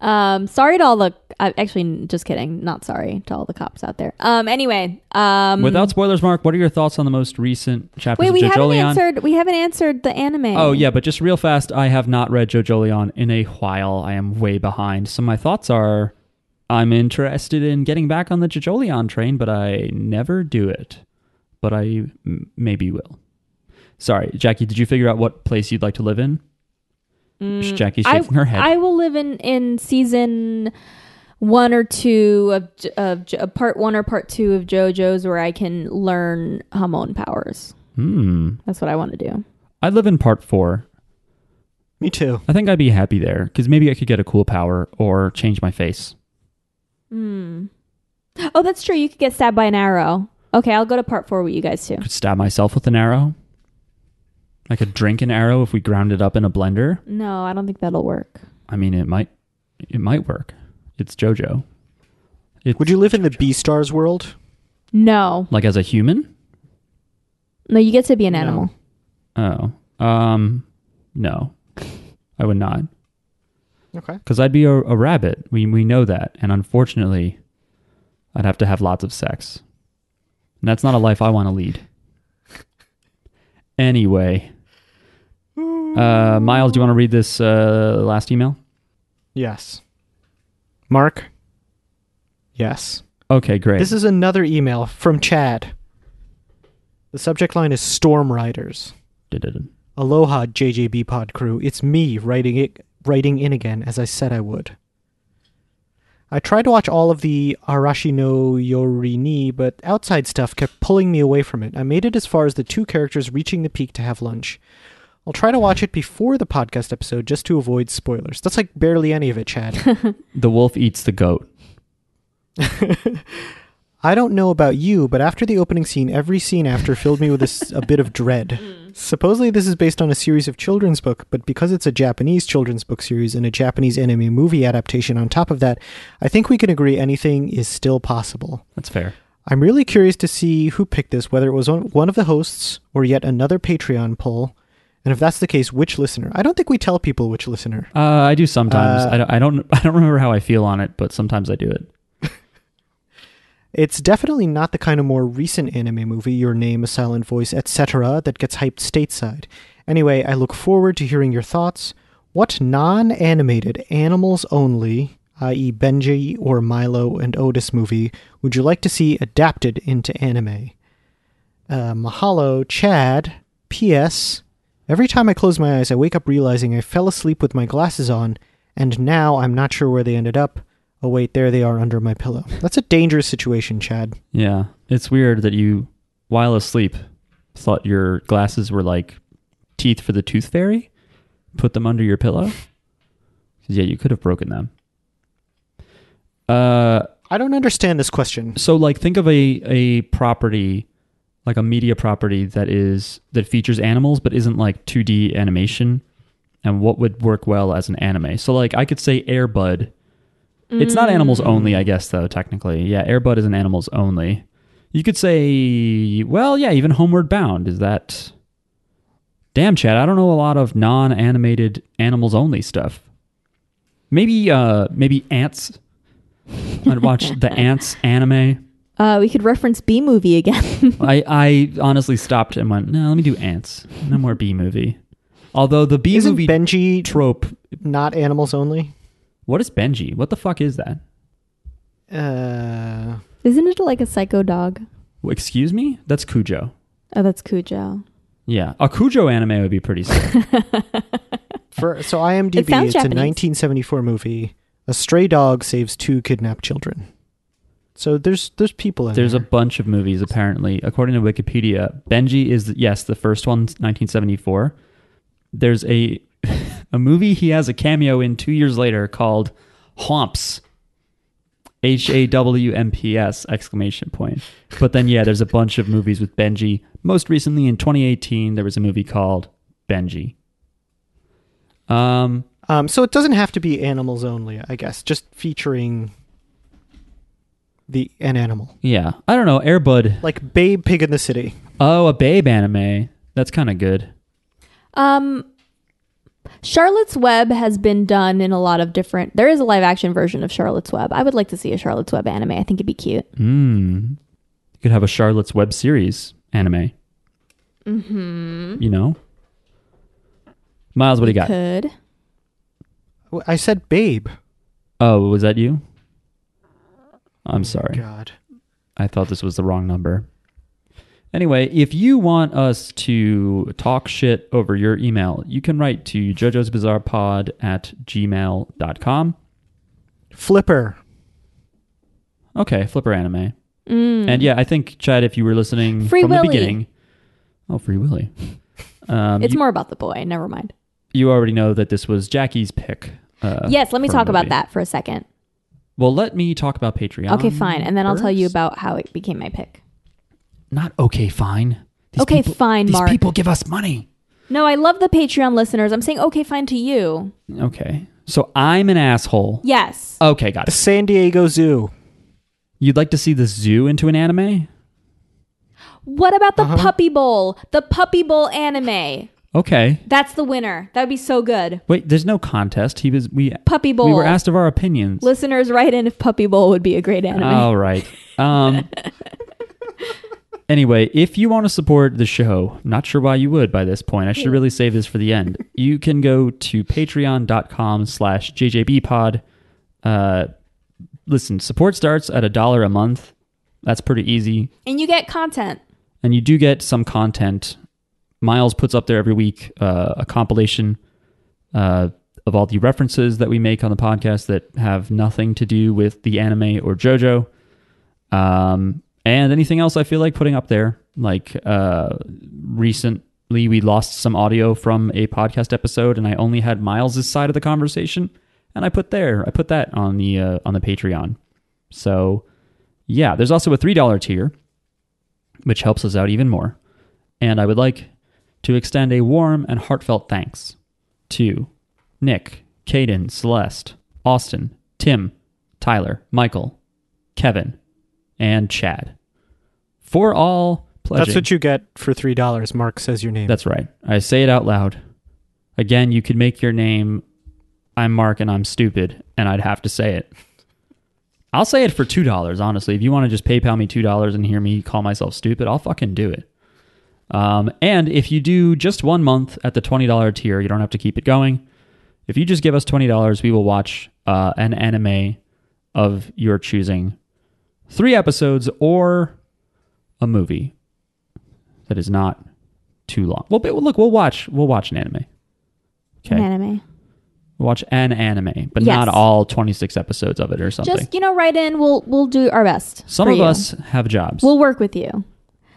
Speaker 2: Um, sorry to all the. Uh, actually, n- just kidding. Not sorry to all the cops out there. Um, anyway. Um,
Speaker 1: Without spoilers, Mark, what are your thoughts on the most recent chapters
Speaker 2: wait,
Speaker 1: of
Speaker 2: we haven't
Speaker 1: Jojolion?
Speaker 2: answered. We haven't answered the anime.
Speaker 1: Oh yeah, but just real fast, I have not read Jojolion in a while. I am way behind. So my thoughts are I'm interested in getting back on the Jojolion train, but I never do it. But I m- maybe will. Sorry, Jackie, did you figure out what place you'd like to live in? Jackie's
Speaker 2: Mm, I,
Speaker 1: shaking her head.
Speaker 2: I will live in in season one or two of J- of J- of part one or part two of JoJo's, where I can learn Hamon powers.
Speaker 1: hmm.
Speaker 2: That's what I want to do.
Speaker 1: I'd live in part 4.
Speaker 3: Me too.
Speaker 1: I think I'd be happy there cuz maybe I could get a cool power or change my face.
Speaker 2: Oh, that's true. You could get stabbed by an arrow. Okay, I'll go to part four with you guys too.
Speaker 1: could stab myself with an arrow. I could drink an arrow if we ground it up in a blender.
Speaker 2: No, I don't think that'll work.
Speaker 1: I mean, it might, it might work. It's JoJo. It's
Speaker 3: Would you live in the B Stars world?
Speaker 2: No,
Speaker 1: like as a human?
Speaker 2: no, you get to be an
Speaker 3: No.
Speaker 2: animal.
Speaker 1: Oh, um, no, I would not,
Speaker 3: Okay.
Speaker 1: because I'd be a, a rabbit. We we know that, and unfortunately, I'd have to have lots of sex, and that's not a life I want to lead. Anyway, uh, Miles, do you want to read this uh, last email?
Speaker 3: Yes. Mark? Yes.
Speaker 1: Okay, great.
Speaker 3: This is another email from Chad. The subject line is Storm Riders.
Speaker 1: Du-du-du.
Speaker 3: Aloha, JJB Pod crew. It's me writing it, writing in again as I said I would. I tried to watch all of the Arashi no Yorini, but outside stuff kept pulling me away from it. I made it as far as the two characters reaching the peak to have lunch. I'll try to watch it before the podcast episode just to avoid spoilers. That's like barely any of it, Chad.
Speaker 1: The wolf eats the goat.
Speaker 3: I don't know about you, but after the opening scene, every scene after filled me with a, s- a bit of dread. Supposedly, this is based on a series of children's book, but because it's a Japanese children's book series and a Japanese anime movie adaptation on top of that, I think we can agree anything is still possible.
Speaker 1: That's fair.
Speaker 3: I'm really curious to see who picked this, whether it was one one of the hosts or yet another Patreon poll, and if that's the case, which listener. I don't think we tell people which listener.
Speaker 1: Uh, I do sometimes.
Speaker 3: Uh,
Speaker 1: I, don't, I don't. I don't remember how I feel on it, but sometimes I do it.
Speaker 3: It's definitely not the kind of more recent anime movie, Your Name, A Silent Voice, etc., that gets hyped stateside. Anyway, I look forward to hearing your thoughts. What non animated, animals only, i.e., Benji or Milo and Otis movie, would you like to see adapted into anime? Uh, mahalo, Chad. P.S. Every time I close my eyes, I wake up realizing I fell asleep with my glasses on, and now I'm not sure where they ended up. Oh, wait, there they are under my pillow. That's a dangerous situation, Chad.
Speaker 1: Yeah, it's weird that you, while asleep, thought your glasses were like teeth for the tooth fairy. Put them under your pillow. 'Cause, Yeah, you could have broken them. Uh,
Speaker 3: I don't understand this question.
Speaker 1: so like think of a a property like a media property that is that features animals but isn't like 2D animation and what would work well as an anime. So like I could say Airbud. It's not animals only, I guess though technically. Yeah, Airbud isn't animals only. You could say well, yeah, even Homeward Bound is that Damn Chad, I don't know a lot of non-animated animals only stuff. Maybe uh maybe ants. I'd watch the ants anime.
Speaker 2: Uh, we could reference B movie again.
Speaker 1: I, I honestly stopped and went, no, let me do ants. No more B movie. Although the B
Speaker 3: Isn't
Speaker 1: movie
Speaker 3: Benji
Speaker 1: trope,
Speaker 3: not animals only?
Speaker 1: what is Benji? What the fuck is that?
Speaker 3: Uh,
Speaker 2: Isn't it like a psycho dog?
Speaker 1: Well, Excuse me? That's Cujo.
Speaker 2: Oh, that's Cujo.
Speaker 1: Yeah. A Cujo anime would be pretty sick.
Speaker 3: for so IMDb,
Speaker 2: It sounds
Speaker 3: it's
Speaker 2: Japanese.
Speaker 3: a 1974 movie. A stray dog saves two kidnapped children. So there's there's people in
Speaker 1: Oh, There's a
Speaker 3: there.
Speaker 1: bunch of movies, apparently. According to Wikipedia, Benji is, yes, the first one, 1974. There's a, a movie he has a cameo in two years later called Hwamps. H A W M P S exclamation point. But then yeah, there's a bunch of movies with Benji. Most recently in 2018 there was a movie called Benji. Um
Speaker 3: um, so it doesn't have to be animals only, I guess. Just featuring the an animal,
Speaker 1: yeah, I don't know, Airbud.
Speaker 3: like Babe Pig in the City.
Speaker 1: Oh, a babe anime. That's kind of good.
Speaker 2: Um, Charlotte's Web has been done in a lot of different. There is a live action version of Charlotte's Web. I would like to see a Charlotte's Web anime. I think it'd be cute.
Speaker 1: Mm. You could have a Charlotte's Web series anime.
Speaker 2: Mm-hmm.
Speaker 1: Mhm. You know? Miles, what do you got?
Speaker 2: Could.
Speaker 3: W- I said Babe.
Speaker 1: Oh, was that you?
Speaker 2: Uh,
Speaker 1: I'm sorry.
Speaker 3: God.
Speaker 1: I thought this was the wrong number. Anyway, if you want us to talk shit over your email, you can write to Jojo's Bizarre Pod at gmail.com.
Speaker 3: Flipper.
Speaker 1: Okay, Flipper Anime.
Speaker 2: Mm.
Speaker 1: And yeah, I think, Chad, if you were listening
Speaker 2: Mm-hmm. Free
Speaker 1: from
Speaker 2: Willy.
Speaker 1: the beginning. Oh, Free Willy. Um,
Speaker 2: It's
Speaker 1: you,
Speaker 2: more about the boy. Never mind.
Speaker 1: you already know that this was Jackie's pick. Uh,
Speaker 2: yes, let me
Speaker 1: for a
Speaker 2: talk about
Speaker 1: movie.
Speaker 2: that for a second.
Speaker 1: Well, let me talk about Patreon.
Speaker 2: Okay, fine. And then I'll tell you
Speaker 1: first.
Speaker 2: about how it became my pick.
Speaker 1: Not okay, fine. These
Speaker 2: Okay,
Speaker 1: people-
Speaker 2: fine,
Speaker 1: These
Speaker 2: Mark.
Speaker 1: people give us money.
Speaker 2: No, I love the Patreon listeners. I'm saying okay, fine to you.
Speaker 1: Okay. So I'm an asshole.
Speaker 2: Yes.
Speaker 1: Okay, got
Speaker 3: The
Speaker 1: it.
Speaker 3: San Diego Zoo.
Speaker 1: You'd like to see the zoo into an anime?
Speaker 2: What about the Puppy Bowl? The Puppy Bowl anime.
Speaker 1: Okay.
Speaker 2: That's the winner. That would be so good.
Speaker 1: Wait, there's no contest. He was we
Speaker 2: Puppy Bowl.
Speaker 1: we were asked of our opinions. Uh,
Speaker 2: listeners write in if Puppy Bowl would be a great anime.
Speaker 1: All right. Um Anyway, if you want to support the show, not sure why you would by this point. I should really save this for the end. You can go to patreon.com slash jjbpod. Uh, listen, support starts at a dollar a month. That's pretty easy.
Speaker 2: And you get content.
Speaker 1: And you do get some content. Miles puts up there every week uh, a compilation uh, of all the references that we make on the podcast that have nothing to do with the anime or JoJo. Um, and anything else I feel like putting up there. Like uh, recently, we lost some audio from a podcast episode, and I only had Miles's side of the conversation, and I put there, I put that on the uh, on the Patreon. So yeah, there's also a three dollar tier, which helps us out even more. And I would like to extend a warm and heartfelt thanks to Nick, Caden, Celeste, Austin, Tim, Tyler, Michael, Kevin, and Chad for all pledging.
Speaker 3: That's what you get for three dollars. Mark says your name.
Speaker 1: That's right. I say it out loud. Again, you could make your name I'm Mark and I'm stupid, and I'd have to say it. I'll say it for two dollars, honestly. If you want to just PayPal me two dollars and hear me call myself stupid, I'll fucking do it. Um, and if you do just one month at the twenty dollar tier, you don't have to keep it going. If you just give us twenty dollars, we will watch uh, an anime of your choosing, three episodes or a movie that is not too long. Well, but look, we'll watch we'll watch an anime. Okay,
Speaker 2: Anime.
Speaker 1: We'll watch an anime, but
Speaker 2: Yes.
Speaker 1: not all twenty six episodes of it or something.
Speaker 2: Just you know, write in. We'll we'll do our best.
Speaker 1: Some
Speaker 2: for
Speaker 1: of
Speaker 2: you.
Speaker 1: us have jobs. We'll,
Speaker 2: We'll work with you.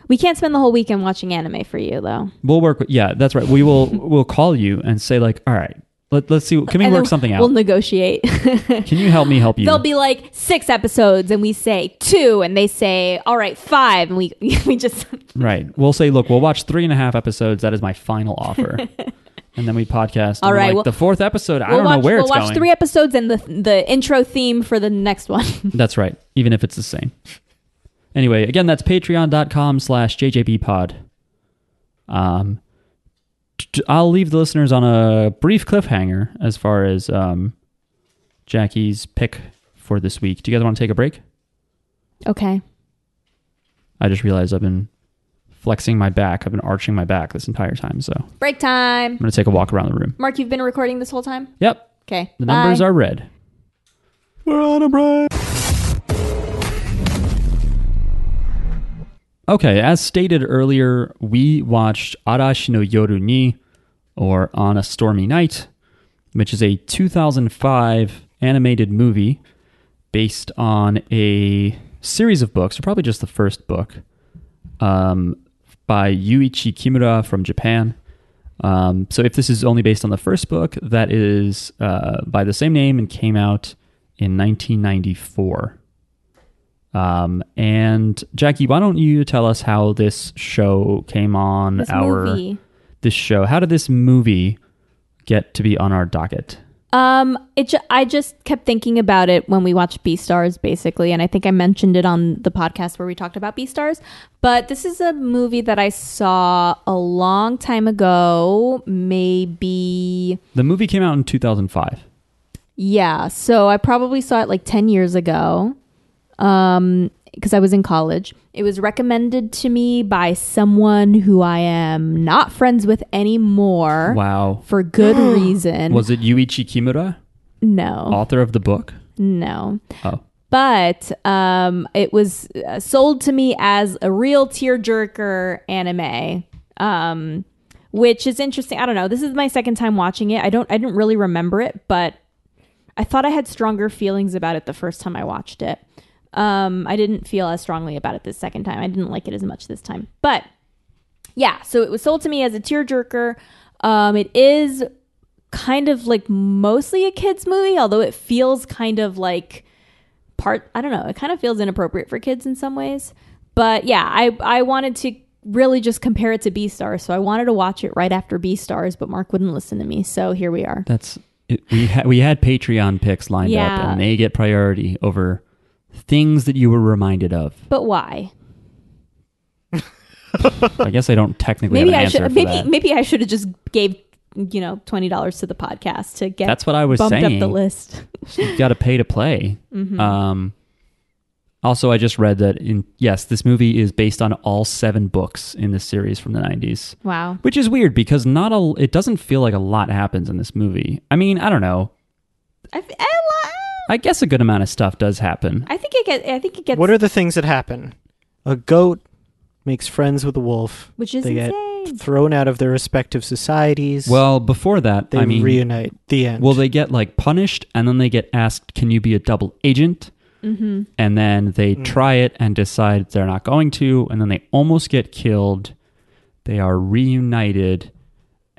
Speaker 2: We can't spend the whole weekend watching anime for you though.
Speaker 1: work with yeah, that's right. We will we'll call you and say like, all right, let, let's see. Can we
Speaker 2: And
Speaker 1: work
Speaker 2: then
Speaker 1: something out?
Speaker 2: We'll negotiate.
Speaker 1: can you help me help you?
Speaker 2: There'll be like six episodes, and we say two, and they say all right five, and we we just
Speaker 1: right. We'll say, look, we'll watch three and a half episodes. That is my final offer. and then we podcast.
Speaker 2: All
Speaker 1: All right.
Speaker 2: right,
Speaker 1: Like,
Speaker 2: we'll-
Speaker 1: the fourth episode. I
Speaker 2: we'll
Speaker 1: don't
Speaker 2: watch
Speaker 1: know where
Speaker 2: we'll
Speaker 1: it's
Speaker 2: watch
Speaker 1: going.
Speaker 2: three episodes and the the intro theme for the next one.
Speaker 1: That's right. Even if it's the same. Anyway, again, that's patreon.com slash jjbpod. Um, t- t- I'll leave the listeners on a brief cliffhanger as far as um, Jackie's pick for this week. Do you guys want to take a break?
Speaker 2: okay.
Speaker 1: I just realized I've been flexing my back. I've been arching my back this entire time. So I'm
Speaker 2: Break time.
Speaker 1: going to take a walk around the room.
Speaker 2: Mark, you've been recording this whole time?
Speaker 1: Yep.
Speaker 2: Okay.
Speaker 1: The numbers are red.
Speaker 3: We're on a break.
Speaker 1: Okay, as stated earlier, we watched Arashi no Yoru ni, or On a Stormy Night, which is a 2005 animated movie based on a series of books, or probably just the first book, um, by Yuichi Kimura from Japan. Um, so if this is only based on the first book, that is uh, by the same name and came out in 1994. Um, and Jackie, why don't you tell us how this show came on
Speaker 2: This
Speaker 1: our
Speaker 2: movie.
Speaker 1: this show? How did this movie get to be on our docket?
Speaker 2: Um, it. Ju- I just kept thinking about it when we watched B Stars, basically, and I think I mentioned it on the podcast where we talked about B Stars. But this is a movie that I saw a long time ago, maybe.
Speaker 1: The movie came out in 2005.
Speaker 2: Yeah, so I probably saw it like ten years ago, um, because I was in college. It was recommended to me by someone who I am not friends with anymore
Speaker 1: Wow.
Speaker 2: for good reason.
Speaker 1: Was it Yuichi Kimura,
Speaker 2: no,
Speaker 1: author of the book?
Speaker 2: no.
Speaker 1: Oh,
Speaker 2: but um, it was uh, sold to me as a real tearjerker anime, um, which is interesting. I don't know. This is my second time watching it. I don't. I didn't really remember it, but I thought I had stronger feelings about it the first time I watched it. Um, I didn't feel as strongly about it this second time. I didn't like it as much this time, but yeah. So it was sold to me as a tearjerker. Um, it is kind of like mostly a kids movie, although it feels kind of like part i don't know it kind of feels inappropriate for kids in some ways but yeah i i wanted to really just compare it to b-stars so i wanted to watch it right after b-stars but mark wouldn't listen to me so here we are
Speaker 1: that's it, we had we had Patreon picks lined up,
Speaker 2: Yeah.
Speaker 1: and they get priority over things that you were reminded of.
Speaker 2: but why
Speaker 1: I guess I don't technically
Speaker 2: maybe
Speaker 1: have an
Speaker 2: i
Speaker 1: answer
Speaker 2: should
Speaker 1: for
Speaker 2: maybe
Speaker 1: that.
Speaker 2: maybe i should have just gave you know $20 to the podcast to get
Speaker 1: That's what I was
Speaker 2: bumped
Speaker 1: saying.
Speaker 2: up the list
Speaker 1: you got to pay to play. Um, Also, I just read that in yes, this movie is based on all seven books in this series from the 90s,
Speaker 2: Wow.
Speaker 1: which is weird because not a it doesn't feel like a lot happens in this movie. I mean, I don't know.
Speaker 2: I, f- I li-
Speaker 1: I guess a good amount of stuff does happen.
Speaker 2: I think it gets. I think it gets.
Speaker 3: What are the things that happen? A goat makes friends with a wolf.
Speaker 2: which is
Speaker 3: they get
Speaker 2: insane.
Speaker 3: thrown out of their respective societies.
Speaker 1: Well, before that,
Speaker 3: they
Speaker 1: I mean,
Speaker 3: reunite. The end.
Speaker 1: well, they get like punished and then they get asked, "Can you be a double agent?"
Speaker 2: Mm-hmm.
Speaker 1: and then they try it and decide they're not going to, and then they almost get killed. They are reunited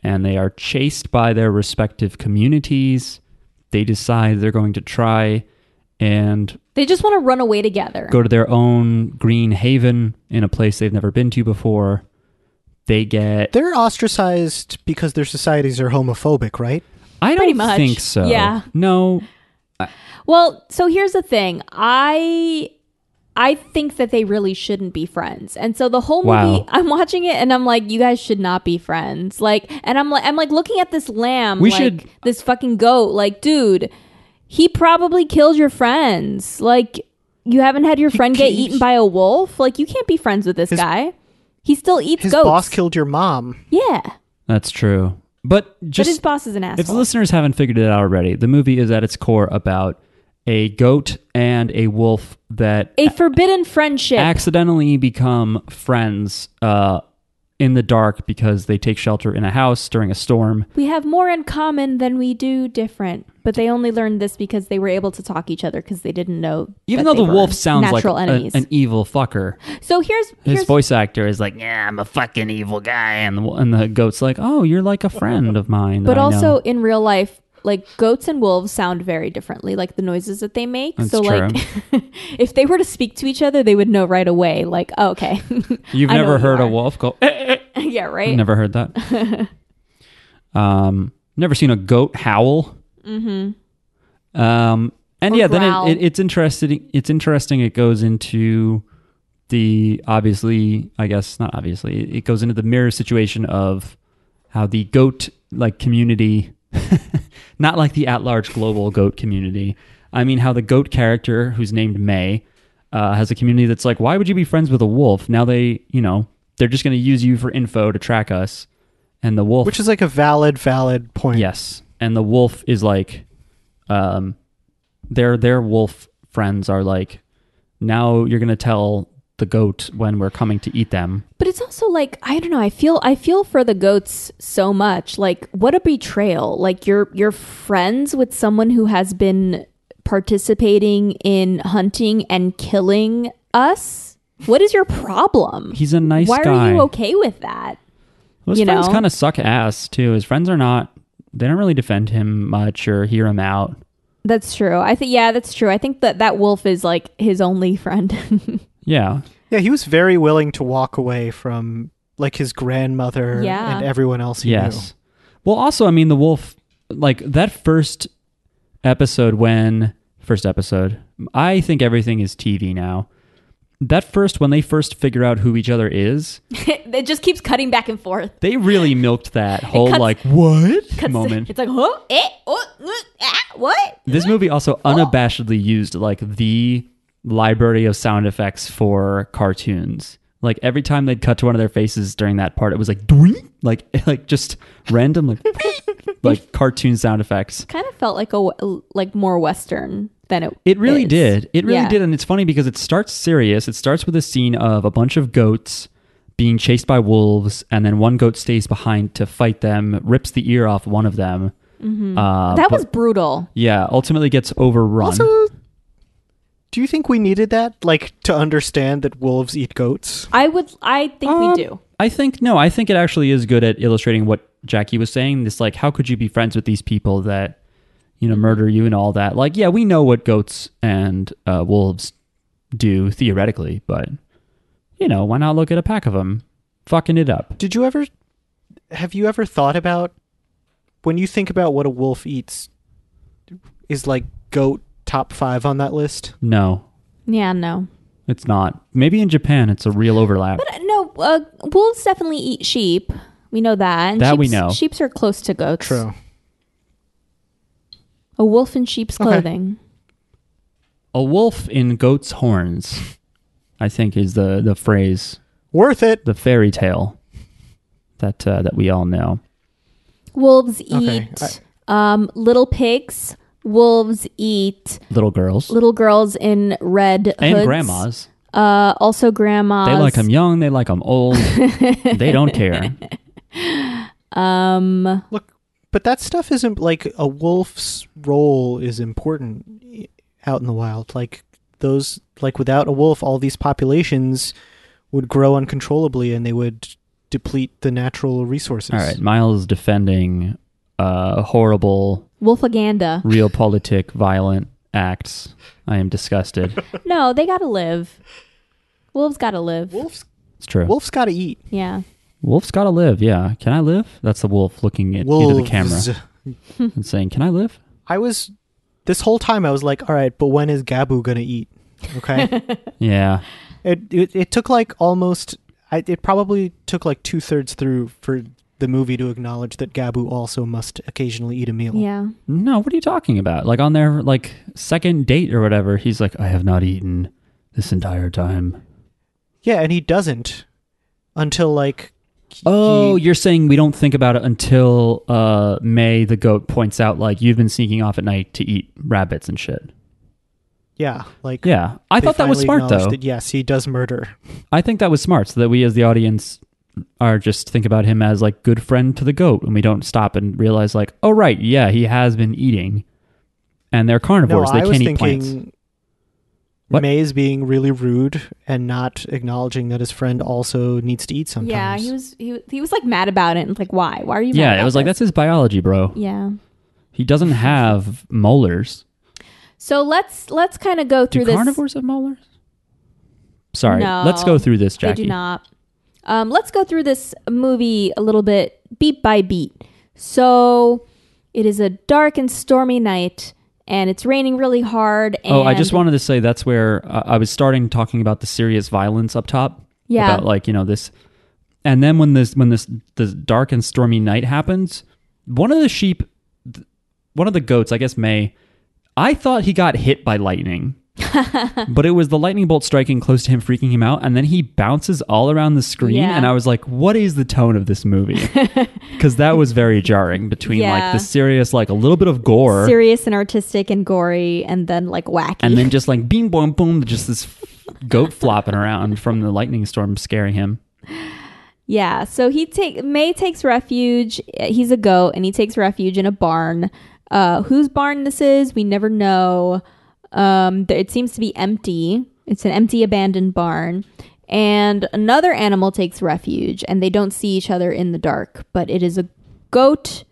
Speaker 1: and they are chased by their respective communities. They decide they're going to try and
Speaker 2: They just want to run away together.
Speaker 1: go to their own green haven in a place they've never been to before. They get.
Speaker 3: they're ostracized because their societies are homophobic, right?
Speaker 1: I
Speaker 2: Pretty
Speaker 1: don't
Speaker 2: much,
Speaker 1: think so.
Speaker 2: yeah.
Speaker 1: No.
Speaker 2: Well, so here's the thing. I I think that they really shouldn't be friends. And so the whole movie,
Speaker 1: Wow.
Speaker 2: I'm watching it and I'm like, you guys should not be friends. Like, and I'm like, I'm like looking at this lamb,
Speaker 1: We
Speaker 2: like,
Speaker 1: should-
Speaker 2: this fucking goat. Like, dude, he probably killed your friends. Like, you haven't had your friend get
Speaker 3: keeps-
Speaker 2: eaten by a wolf. Like, you can't be friends with this guy. He still eats
Speaker 3: His
Speaker 2: goats.
Speaker 3: boss killed your mom.
Speaker 2: yeah,
Speaker 1: That's true. But
Speaker 2: but
Speaker 1: just
Speaker 2: his boss is an
Speaker 1: If the
Speaker 2: asshole.
Speaker 1: listeners haven't figured it out already, the movie is at its core about a goat and a wolf that
Speaker 2: a forbidden friendship.
Speaker 1: accidentally become friends uh, in the dark because they take shelter in a house during a storm.
Speaker 2: We have more in common than we do different, but they only learned this because they were able to talk each other because they didn't know.
Speaker 1: Even
Speaker 2: that
Speaker 1: though
Speaker 2: they
Speaker 1: the
Speaker 2: were
Speaker 1: wolf sounds like
Speaker 2: natural
Speaker 1: a-
Speaker 2: enemies.
Speaker 1: an evil fucker,
Speaker 2: so here's
Speaker 1: his
Speaker 2: here's
Speaker 1: voice actor is like, "Yeah, I'm a fucking evil guy," and the, and the goat's like, "Oh, you're like a friend of mine." that
Speaker 2: but
Speaker 1: I
Speaker 2: also
Speaker 1: know."
Speaker 2: in real life, like goats and wolves sound very differently, like the noises that they make.
Speaker 1: That's
Speaker 2: so like, if they were to speak to each other, they would know right away. Like, oh, okay,
Speaker 1: you've
Speaker 2: I know
Speaker 1: never
Speaker 2: who
Speaker 1: heard
Speaker 2: you
Speaker 1: a
Speaker 2: are.
Speaker 1: wolf go. "Eh, eh, eh."
Speaker 2: yeah, right.
Speaker 1: Never heard that. um, never seen a goat howl. Mm-hmm. Um, and
Speaker 2: Or
Speaker 1: yeah,
Speaker 2: growl.
Speaker 1: then it, it, it's interesting. It's interesting. It goes into the obviously, I guess not obviously. It, it goes into the mirror situation of how the goat like community, not like the at large global goat community. I mean, how the goat character, who's named May, uh, has a community that's like, why would you be friends with a wolf? Now they, you know, they're just going to use you for info to track us. And the wolf,
Speaker 3: Which is like a valid, valid point.
Speaker 1: yes, and the wolf is like, um, their their wolf friends are like, now you're going to tell the goat when we're coming to eat them.
Speaker 2: But it's also like I don't know. I feel I feel for the goats so much. Like what a betrayal! Like you're you're friends with someone who has been participating in hunting and killing us. What is your problem?
Speaker 1: He's a nice
Speaker 2: Why
Speaker 1: guy.
Speaker 2: are you okay with that?
Speaker 1: Well, his
Speaker 2: You
Speaker 1: friends
Speaker 2: know?
Speaker 1: kind of suck ass too. His friends are not. They don't really defend him much or hear him out.
Speaker 2: That's true. I think yeah, that's true. I think that that wolf is like his only friend.
Speaker 1: Yeah,
Speaker 3: Yeah, he was very willing to walk away from like his grandmother
Speaker 2: Yeah.
Speaker 3: and everyone else he
Speaker 1: Yes. Well, also, I mean, the wolf, like that first episode when first episode, I think everything is TV now. That first when they first figure out who each other is,
Speaker 2: it just keeps cutting back and forth.
Speaker 1: they really milked that whole
Speaker 2: cuts-
Speaker 1: like what moment.
Speaker 2: It's like huh? Eh? Oh, mm, ah, what?
Speaker 1: This movie also unabashedly used like the library of sound effects for cartoons. Like every time they'd cut to one of their faces during that part, it was like "Doink," like like just random like like cartoon sound effects.
Speaker 2: Kind of felt like a like more western than it.
Speaker 1: It really
Speaker 2: is.
Speaker 1: did. It really
Speaker 2: Yeah.
Speaker 1: did. And it's funny because it starts serious. It starts with a scene of a bunch of goats being chased by wolves, and then one goat stays behind to fight them, rips the ear off one of them. Uh,
Speaker 2: Mm-hmm. That
Speaker 1: but-
Speaker 2: was brutal.
Speaker 1: yeah. Ultimately, gets overrun.
Speaker 3: knew. Also, do you think we needed that? Like to understand that wolves eat goats?
Speaker 2: I would. I think
Speaker 1: Um,
Speaker 2: we do.
Speaker 1: I think no. I think it actually is good at illustrating what Jackie was saying. This like, how could you be friends with these people that you know murder you and all that? Like, yeah, we know what goats and uh, wolves do theoretically, but you know, why not look at a pack of them fucking it up?
Speaker 3: Did you ever have you ever thought about when you think about what a wolf eats is like goat top 5 on that list?
Speaker 1: No,
Speaker 2: Yeah. No.
Speaker 1: it's not. Maybe in Japan, it's a real overlap.
Speaker 2: No. Uh, wolves definitely eat sheep. We know that. And
Speaker 1: That we
Speaker 2: sheeps-
Speaker 1: know.
Speaker 2: Sheeps are close to goats. A wolf in sheep's
Speaker 3: Okay.
Speaker 2: clothing.
Speaker 1: A wolf in goat's horns, I think is the, the phrase,
Speaker 3: Worth it.
Speaker 1: the fairy tale that uh, that we all know.
Speaker 2: Wolves
Speaker 3: Okay,
Speaker 2: eat um, little pigs. Wolves eat
Speaker 1: Little girls
Speaker 2: little girls in red
Speaker 1: and
Speaker 2: hoods.
Speaker 1: grandmas.
Speaker 2: Uh, also grandmas.
Speaker 1: They like them young. They like them old. they don't care.
Speaker 2: Um,
Speaker 3: Look, but that stuff isn't like a wolf's role is important i- out in the wild. Like those, like without a wolf, all these populations would grow uncontrollably and they would deplete the natural resources.
Speaker 1: All right, Miles defending uh, horrible,
Speaker 2: wolfaganda.
Speaker 1: real politic, violent acts. I am disgusted.
Speaker 2: no, they gotta live. Wolves gotta live.
Speaker 3: Wolf's
Speaker 1: It's true.
Speaker 3: wolf's got to eat.
Speaker 2: Yeah.
Speaker 1: Wolf's got to live. Yeah, can I live? That's the wolf looking at, into
Speaker 3: Wolves.
Speaker 1: the camera and saying, "Can I live?"
Speaker 3: I was this whole time. I was like, all right, but when is Gabu gonna eat? Okay.
Speaker 1: Yeah,
Speaker 3: It, it it took like almost. I, it probably took like two thirds through for the movie to acknowledge that Gabu also must occasionally eat a meal.
Speaker 2: Yeah.
Speaker 1: No, what are you talking about? Like on their like second date or whatever, he's like, I have not eaten this entire time.
Speaker 3: Yeah, and he doesn't until like. he-
Speaker 1: Oh,
Speaker 3: he-
Speaker 1: you're saying we don't think about it until uh May the goat points out like you've been sneaking off at night to eat rabbits and shit.
Speaker 3: yeah, like.
Speaker 1: Yeah. I
Speaker 3: they
Speaker 1: thought that was
Speaker 3: finally
Speaker 1: smart though.
Speaker 3: acknowledged That, yes, he does murder.
Speaker 1: I think that was smart so that we as the audience are just think about him as like good friend to the goat and we don't stop and realize like, oh right, yeah, he has been eating. And they're
Speaker 3: No,
Speaker 1: carnivores, they
Speaker 3: I
Speaker 1: can't
Speaker 3: was
Speaker 1: eat
Speaker 3: thinking.
Speaker 1: plants. What?
Speaker 3: May's being really rude and not acknowledging that his friend also needs to eat sometimes.
Speaker 2: Yeah. He was he, he was like mad about it and it's like why why are you? mad
Speaker 1: Yeah,
Speaker 2: about
Speaker 1: it was like
Speaker 2: this?
Speaker 1: that's his biology, bro.
Speaker 2: Yeah.
Speaker 1: He doesn't have molars.
Speaker 2: So let's let's kind of go
Speaker 1: Do
Speaker 2: through this.
Speaker 1: carnivores have molars? Sorry,
Speaker 2: No,
Speaker 1: let's go through this,
Speaker 2: They
Speaker 1: Jackie.
Speaker 2: do not. Um, let's go through this movie a little bit, beat by beat. So it is a dark and stormy night, and it's raining really hard. And
Speaker 1: Oh, I just wanted to say that's where uh, I was starting talking about the serious violence up top.
Speaker 2: Yeah.
Speaker 1: About like you know this, and then when this when this this dark and stormy night happens, one of the sheep, th- one of the goats, I guess May, I thought he got hit by lightning. but it was the lightning bolt striking close to him, freaking him out, and then he bounces all around the screen.
Speaker 2: Yeah.
Speaker 1: And I was like, "What is the tone of this movie?" Because that was very jarring between like
Speaker 2: Yeah.
Speaker 1: the serious, like a little bit of gore,
Speaker 2: serious and artistic and gory, and then like wacky.
Speaker 1: and then just like beam boom boom just this goat flopping around from the lightning storm scaring him
Speaker 2: Yeah, so he take May takes refuge. eh, He's a goat, and he takes refuge in a barn. Uh, whose barn this is, we never know. Um, th- it seems to be empty. It's an empty, abandoned barn, and another animal takes refuge, and they don't see each other in the dark. But it is a goat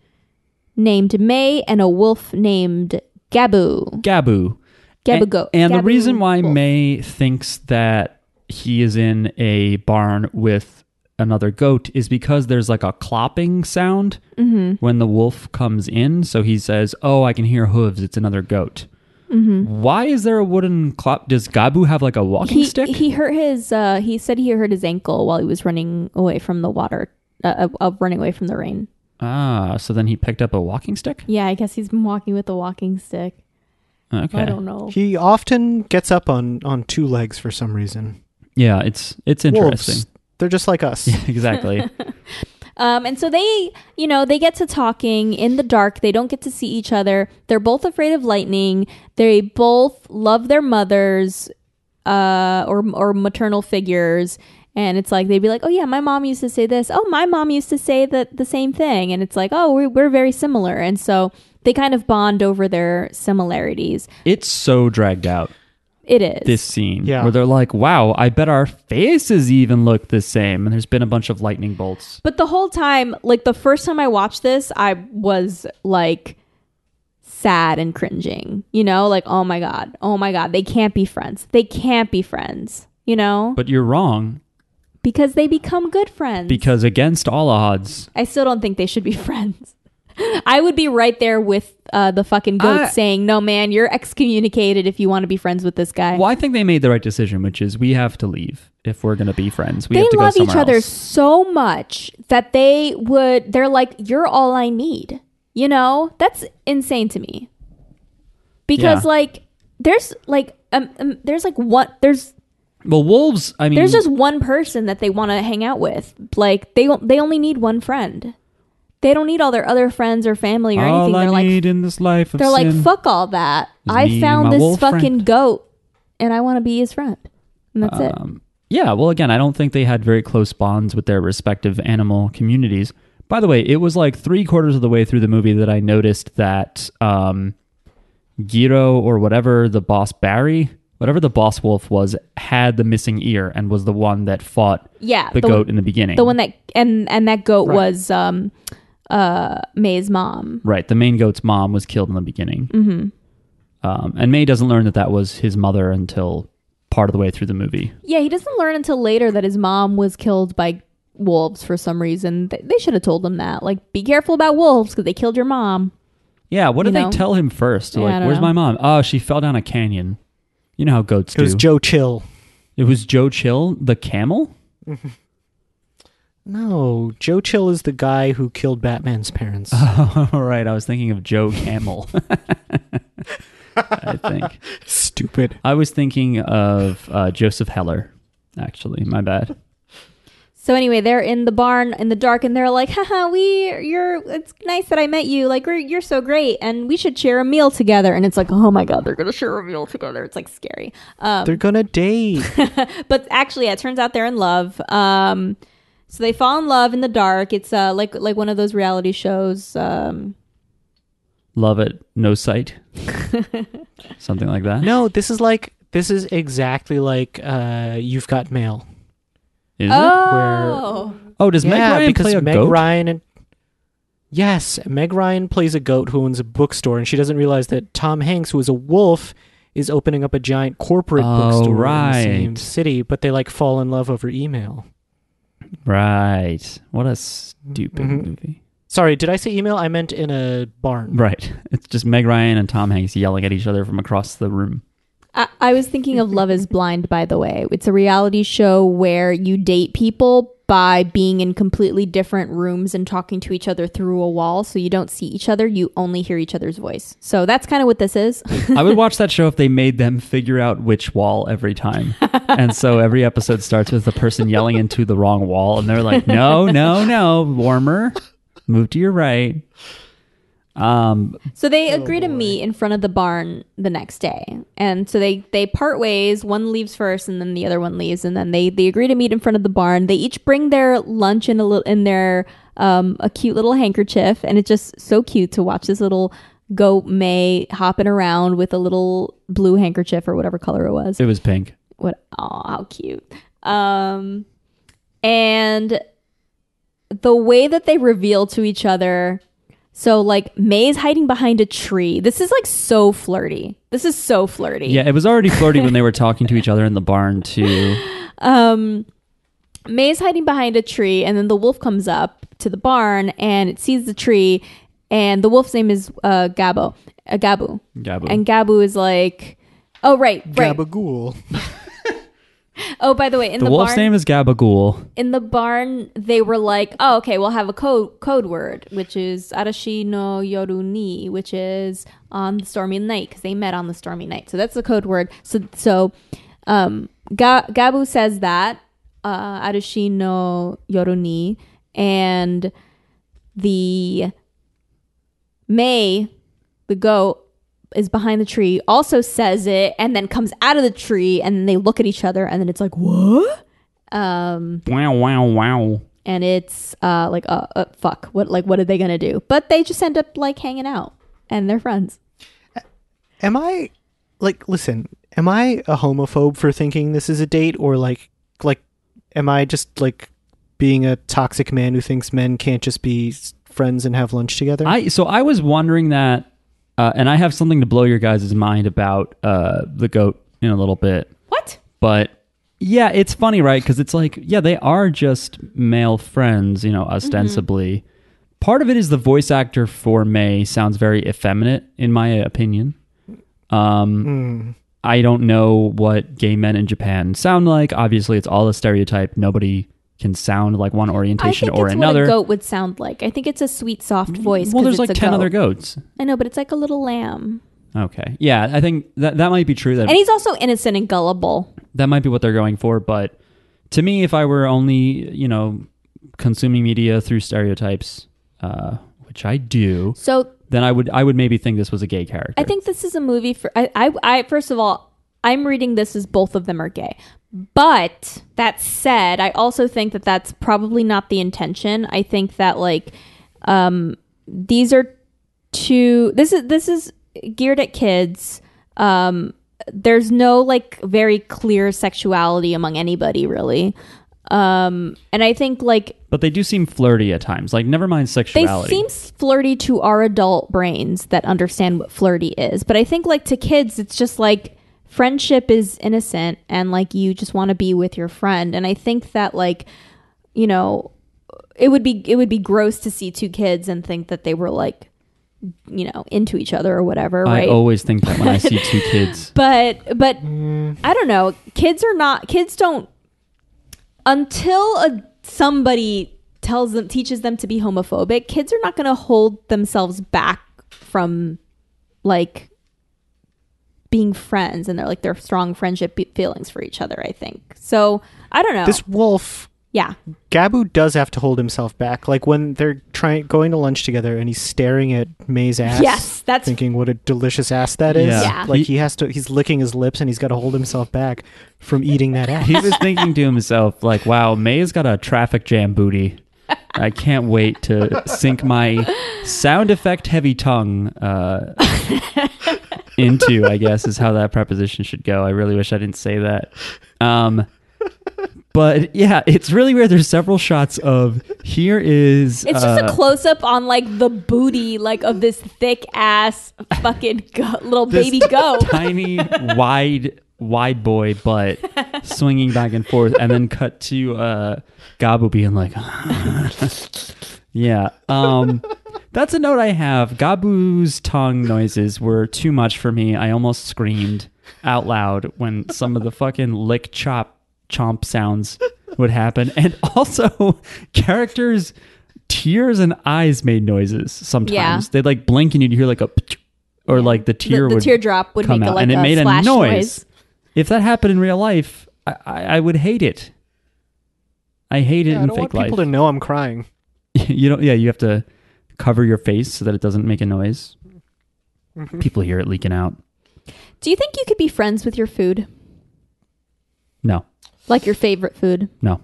Speaker 2: named May and a wolf named Gabu.
Speaker 1: gabu
Speaker 2: Gabu
Speaker 1: and,
Speaker 2: goat.
Speaker 1: and the
Speaker 2: Gabu
Speaker 1: reason why
Speaker 2: wolf.
Speaker 1: may thinks that he is in a barn with another goat is because there's like a clopping sound
Speaker 2: Mm-hmm.
Speaker 1: when the wolf comes in so he says oh i can hear hooves it's another goat why is there a wooden clop does gabu have like a walking
Speaker 2: Mm-hmm. he,
Speaker 1: stick
Speaker 2: He hurt his. Uh, he said he hurt his ankle while he was running away from the water, uh, uh, running away from the rain.
Speaker 1: ah so then he picked up a walking stick
Speaker 2: Yeah, I guess he's been walking with a walking stick.
Speaker 1: okay
Speaker 2: I don't know.
Speaker 3: He often gets up on on two legs for some reason.
Speaker 1: yeah it's it's interesting
Speaker 3: Wolves, they're just like us.
Speaker 1: Yeah, exactly.
Speaker 2: Um, and so they, you know, they get to talking in the dark. They don't get to see each other. They're both afraid of lightning. They both love their mothers, uh, or or maternal figures. And it's like they'd be like, "Oh yeah, my mom used to say this. Oh, my mom used to say that the same thing." And it's like, "Oh, we're, we're very similar." And so they kind of bond over their similarities.
Speaker 1: It's so dragged out
Speaker 2: It is
Speaker 1: this scene
Speaker 3: Yeah.
Speaker 1: where they're like, "Wow, I bet our faces even look the same." And there's been a bunch of lightning bolts.
Speaker 2: But the whole time, like the first time I watched this, I was like sad and cringing, you know, like, oh my God, oh my God, they can't be friends. They can't be friends, you know,
Speaker 1: But you're wrong
Speaker 2: because they become good friends.
Speaker 1: because against all odds,
Speaker 2: I still don't think they should be friends. I would be right there with uh, the fucking goat
Speaker 1: I-
Speaker 2: saying, no, man, you're excommunicated if you want to be friends with this guy.
Speaker 1: well, I think they made the right decision, which is we have to leave if we're going to be friends. We
Speaker 2: they
Speaker 1: have to
Speaker 2: love
Speaker 1: go
Speaker 2: each
Speaker 1: somewhere
Speaker 2: other
Speaker 1: else.
Speaker 2: so much that they would, they're like, you're all I need. You know, that's insane to me. Because,
Speaker 1: Yeah.
Speaker 2: like, there's like um, um there's like one there's
Speaker 1: Well, wolves. I mean,
Speaker 2: there's just one person that they want to hang out with. Like they they only need one friend. They don't need all their other friends or family or
Speaker 1: all
Speaker 2: anything.
Speaker 1: I
Speaker 2: they're like
Speaker 1: need in this life of
Speaker 2: they're like
Speaker 1: sin.
Speaker 2: fuck all that.
Speaker 1: is me
Speaker 2: I
Speaker 1: and
Speaker 2: found
Speaker 1: my
Speaker 2: this
Speaker 1: wolf
Speaker 2: fucking
Speaker 1: friend."
Speaker 2: goat, and I want to be his friend. And that's it.
Speaker 1: Um, yeah, well, again, I don't think they had very close bonds with their respective animal communities. By the way, it was like three quarters of the way through the movie that I noticed that um, Giro or whatever the boss Barry, whatever the boss wolf was, had the missing ear and was the one that fought
Speaker 2: Yeah,
Speaker 1: the,
Speaker 2: the
Speaker 1: goat in the beginning.
Speaker 2: the one that and and that goat was um uh May's mom.
Speaker 1: right, the main goat's mom was killed in the beginning. Mm-hmm. Um, and May doesn't learn that that was his mother until part of the way through the movie.
Speaker 2: Yeah, he doesn't learn until later that his mom was killed by wolves for some reason. They, they should have told him that. Like, be careful about wolves because they killed your mom.
Speaker 1: Yeah, what did
Speaker 2: You
Speaker 1: they
Speaker 2: know?
Speaker 1: tell him first? They're
Speaker 2: Yeah, I
Speaker 1: like,
Speaker 2: don't
Speaker 1: where's
Speaker 2: know.
Speaker 1: my mom? Oh, she fell down a canyon. You know how goats
Speaker 3: It was
Speaker 1: do.
Speaker 3: Joe Chill.
Speaker 1: it was Joe Chill, the camel.
Speaker 3: No, Joe Chill is the guy who killed Batman's parents.
Speaker 1: All right, I was thinking of Joe Camel. I think
Speaker 3: Stupid.
Speaker 1: I was thinking of uh, Joseph Heller. Actually, my bad.
Speaker 2: So anyway, they're in the barn in the dark, and they're like, "Haha, we, you're. It's nice that I met you. Like, we're, you're so great, and we should share a meal together." And it's like, "Oh my god, they're gonna share a meal together." It's like scary. Um,
Speaker 3: They're gonna date.
Speaker 2: but actually, yeah, it turns out they're in love. Um, so they fall in love in the dark. It's uh like like one of those reality shows. Um,
Speaker 1: Love it, no sight, something like that.
Speaker 3: no, this is like this is exactly like uh, you've got mail.
Speaker 1: Is it?
Speaker 2: oh,
Speaker 1: Oh, does Meg Ryan
Speaker 3: because
Speaker 1: play a
Speaker 3: Meg
Speaker 1: goat?
Speaker 3: Ryan and yes, Meg Ryan plays a goat who owns a bookstore, and she doesn't realize that Tom Hanks, who is a wolf, is opening up a giant corporate
Speaker 1: Oh,
Speaker 3: bookstore
Speaker 1: right.
Speaker 3: in the same city. But they like fall in love over email.
Speaker 1: Right. What a stupid
Speaker 3: Mhm.
Speaker 1: movie.
Speaker 3: Sorry, did I say email? I meant in a barn.
Speaker 1: Right. It's just Meg Ryan and Tom Hanks yelling at each other from across the room.
Speaker 2: I, I was thinking of Love is Blind, by the way. It's a reality show where you date people by being in completely different rooms and talking to each other through a wall. So you don't see each other, you only hear each other's voice. So that's kind of what this is.
Speaker 1: I would watch that show if they made them figure out which wall every time. And so every episode starts with the person yelling into the wrong wall, and they're like, no, no, no, warmer, move to your right. Um,
Speaker 2: So they agree to meet in front of the barn the next day. And so they they part ways, one leaves first and then the other one leaves and then they they agree to meet in front of the barn. They each bring their lunch in a little in their um a cute little handkerchief and it's just so cute to watch this little goat May hopping around with a little blue handkerchief or whatever color it was.
Speaker 1: it was pink.
Speaker 2: What oh how cute. Um and the way that they reveal to each other so like May's hiding behind a tree. This is like so flirty. This is so flirty.
Speaker 1: Yeah, it was already flirty when they were talking to each other in the barn, too.
Speaker 2: May's hiding behind a tree and then the wolf comes up to the barn and it sees the tree and the wolf's name is uh Gabo. Uh, Gabu.
Speaker 1: Gabu.
Speaker 2: And Gabu is like Oh right, right.
Speaker 3: Gabagool.
Speaker 2: Oh, by the way, in
Speaker 1: the
Speaker 2: the,
Speaker 1: wolf's
Speaker 2: barn,
Speaker 1: name is Gabagool.
Speaker 2: in the barn they were like oh okay we'll have a code code word which is arashi no yoru ni which is on the stormy night because they met on the stormy night so that's the code word so so um Ga- gabu says that uh arashi no yoru ni and the may the goat is behind the tree also says it and then comes out of the tree and then they look at each other and then it's like what um
Speaker 1: Wow, wow, wow.
Speaker 2: and it's uh like uh, uh fuck what like what are they gonna do but they just end up like hanging out and they're friends
Speaker 3: Am I like listen, am I a homophobe for thinking this is a date or like like am I just like being a toxic man who thinks men can't just be s- friends and have lunch together?
Speaker 1: I so I was wondering that, uh, and I have something to blow your guys' mind about uh, the goat in a little bit.
Speaker 2: what
Speaker 1: But yeah, it's funny, right? Because it's like, yeah, they are just male friends, you know,
Speaker 2: Mm-hmm.
Speaker 1: ostensibly. Part of it is the voice actor for May sounds very effeminate, in my opinion. Um, I don't know what gay men in Japan sound like. Obviously, it's all a stereotype. Nobody can sound like one
Speaker 2: i
Speaker 1: orientation
Speaker 2: think
Speaker 1: or
Speaker 2: it's
Speaker 1: another. Mm,
Speaker 2: what a goat would sound like i think it's a sweet soft voice
Speaker 1: well,
Speaker 2: 'cause
Speaker 1: there's like
Speaker 2: it's a
Speaker 1: 10
Speaker 2: goat.
Speaker 1: other goats.
Speaker 2: i know but it's like a little lamb
Speaker 1: Okay. Yeah, I think that that might be true. That
Speaker 2: And he's also innocent and gullible.
Speaker 1: that might be what they're going for. But to me, if I were only you know consuming media through stereotypes, uh, which I do,
Speaker 2: So
Speaker 1: then I would I would maybe think this was a gay character.
Speaker 2: I think this is a movie for I, I I first of all, I'm reading this as both of them are gay. But that said, I also think that that's probably not the intention. I think that like um these are two this is this is geared at kids. Um there's no like very clear sexuality among anybody really. Um and I think like
Speaker 1: but they do seem flirty at times. Like never mind
Speaker 2: they
Speaker 1: sexuality.
Speaker 2: seem flirty to our adult brains that understand what flirty is but i think like to kids it's just like friendship is innocent and like you just want to be with your friend and i think that like you know it would be it would be gross to see two kids and think that they were like you know into each other or whatever
Speaker 1: I
Speaker 2: right
Speaker 1: always think that when I see two kids.
Speaker 2: but but I don't know. Kids are not. Kids don't. Until a, somebody tells them, teaches them to be homophobic, kids are not going to hold themselves back from like being friends and they're like their strong friendship be- feelings for each other. I think so. I don't know.
Speaker 3: This wolf
Speaker 2: yeah,
Speaker 3: Gabu does have to hold himself back. Like when they're trying going to lunch together and he's staring at May's ass.
Speaker 2: Yes, that's-
Speaker 3: thinking what a delicious ass that is.
Speaker 1: Yeah.
Speaker 2: Yeah.
Speaker 3: Like
Speaker 1: He-
Speaker 3: he has to he's licking his lips and he's gotta hold himself back from eating that ass.
Speaker 1: He was thinking to himself, like, "Wow, May's got a traffic jam booty. I can't wait to sink my sound effect heavy tongue uh, into." I guess is how that preposition should go. I really wish I didn't say that. Um, but yeah, it's really weird. There's several shots of here is
Speaker 2: it's just
Speaker 1: uh,
Speaker 2: a close up on like the booty, like of this thick ass fucking go- little
Speaker 1: This
Speaker 2: baby goat.
Speaker 1: tiny wide wide boy butt swinging back and forth and then cut to uh gabu being like yeah um that's a note i have gabu's tongue noises were too much for me i almost screamed out loud when some of the fucking lick chop chomp sounds would happen and also characters tears and eyes made noises sometimes
Speaker 2: Yeah.
Speaker 1: they'd like blink and you'd hear like a or like the tear
Speaker 2: the, the
Speaker 1: would
Speaker 2: teardrop would
Speaker 1: come
Speaker 2: make a,
Speaker 1: out,
Speaker 2: like
Speaker 1: and it
Speaker 2: a
Speaker 1: made a
Speaker 2: splash
Speaker 1: noise.
Speaker 2: noise.
Speaker 1: If that happened in real life, I, I, I would hate it. I hate it
Speaker 3: Yeah, I
Speaker 1: in
Speaker 3: don't want
Speaker 1: fake life.
Speaker 3: people to know I'm crying.
Speaker 1: you don't. Yeah, you have to cover your face so that it doesn't make a noise.
Speaker 3: Mm-hmm.
Speaker 1: People hear it leaking out.
Speaker 2: Do you think you could be friends with your food?
Speaker 1: No,
Speaker 2: Like your favorite food?
Speaker 1: no.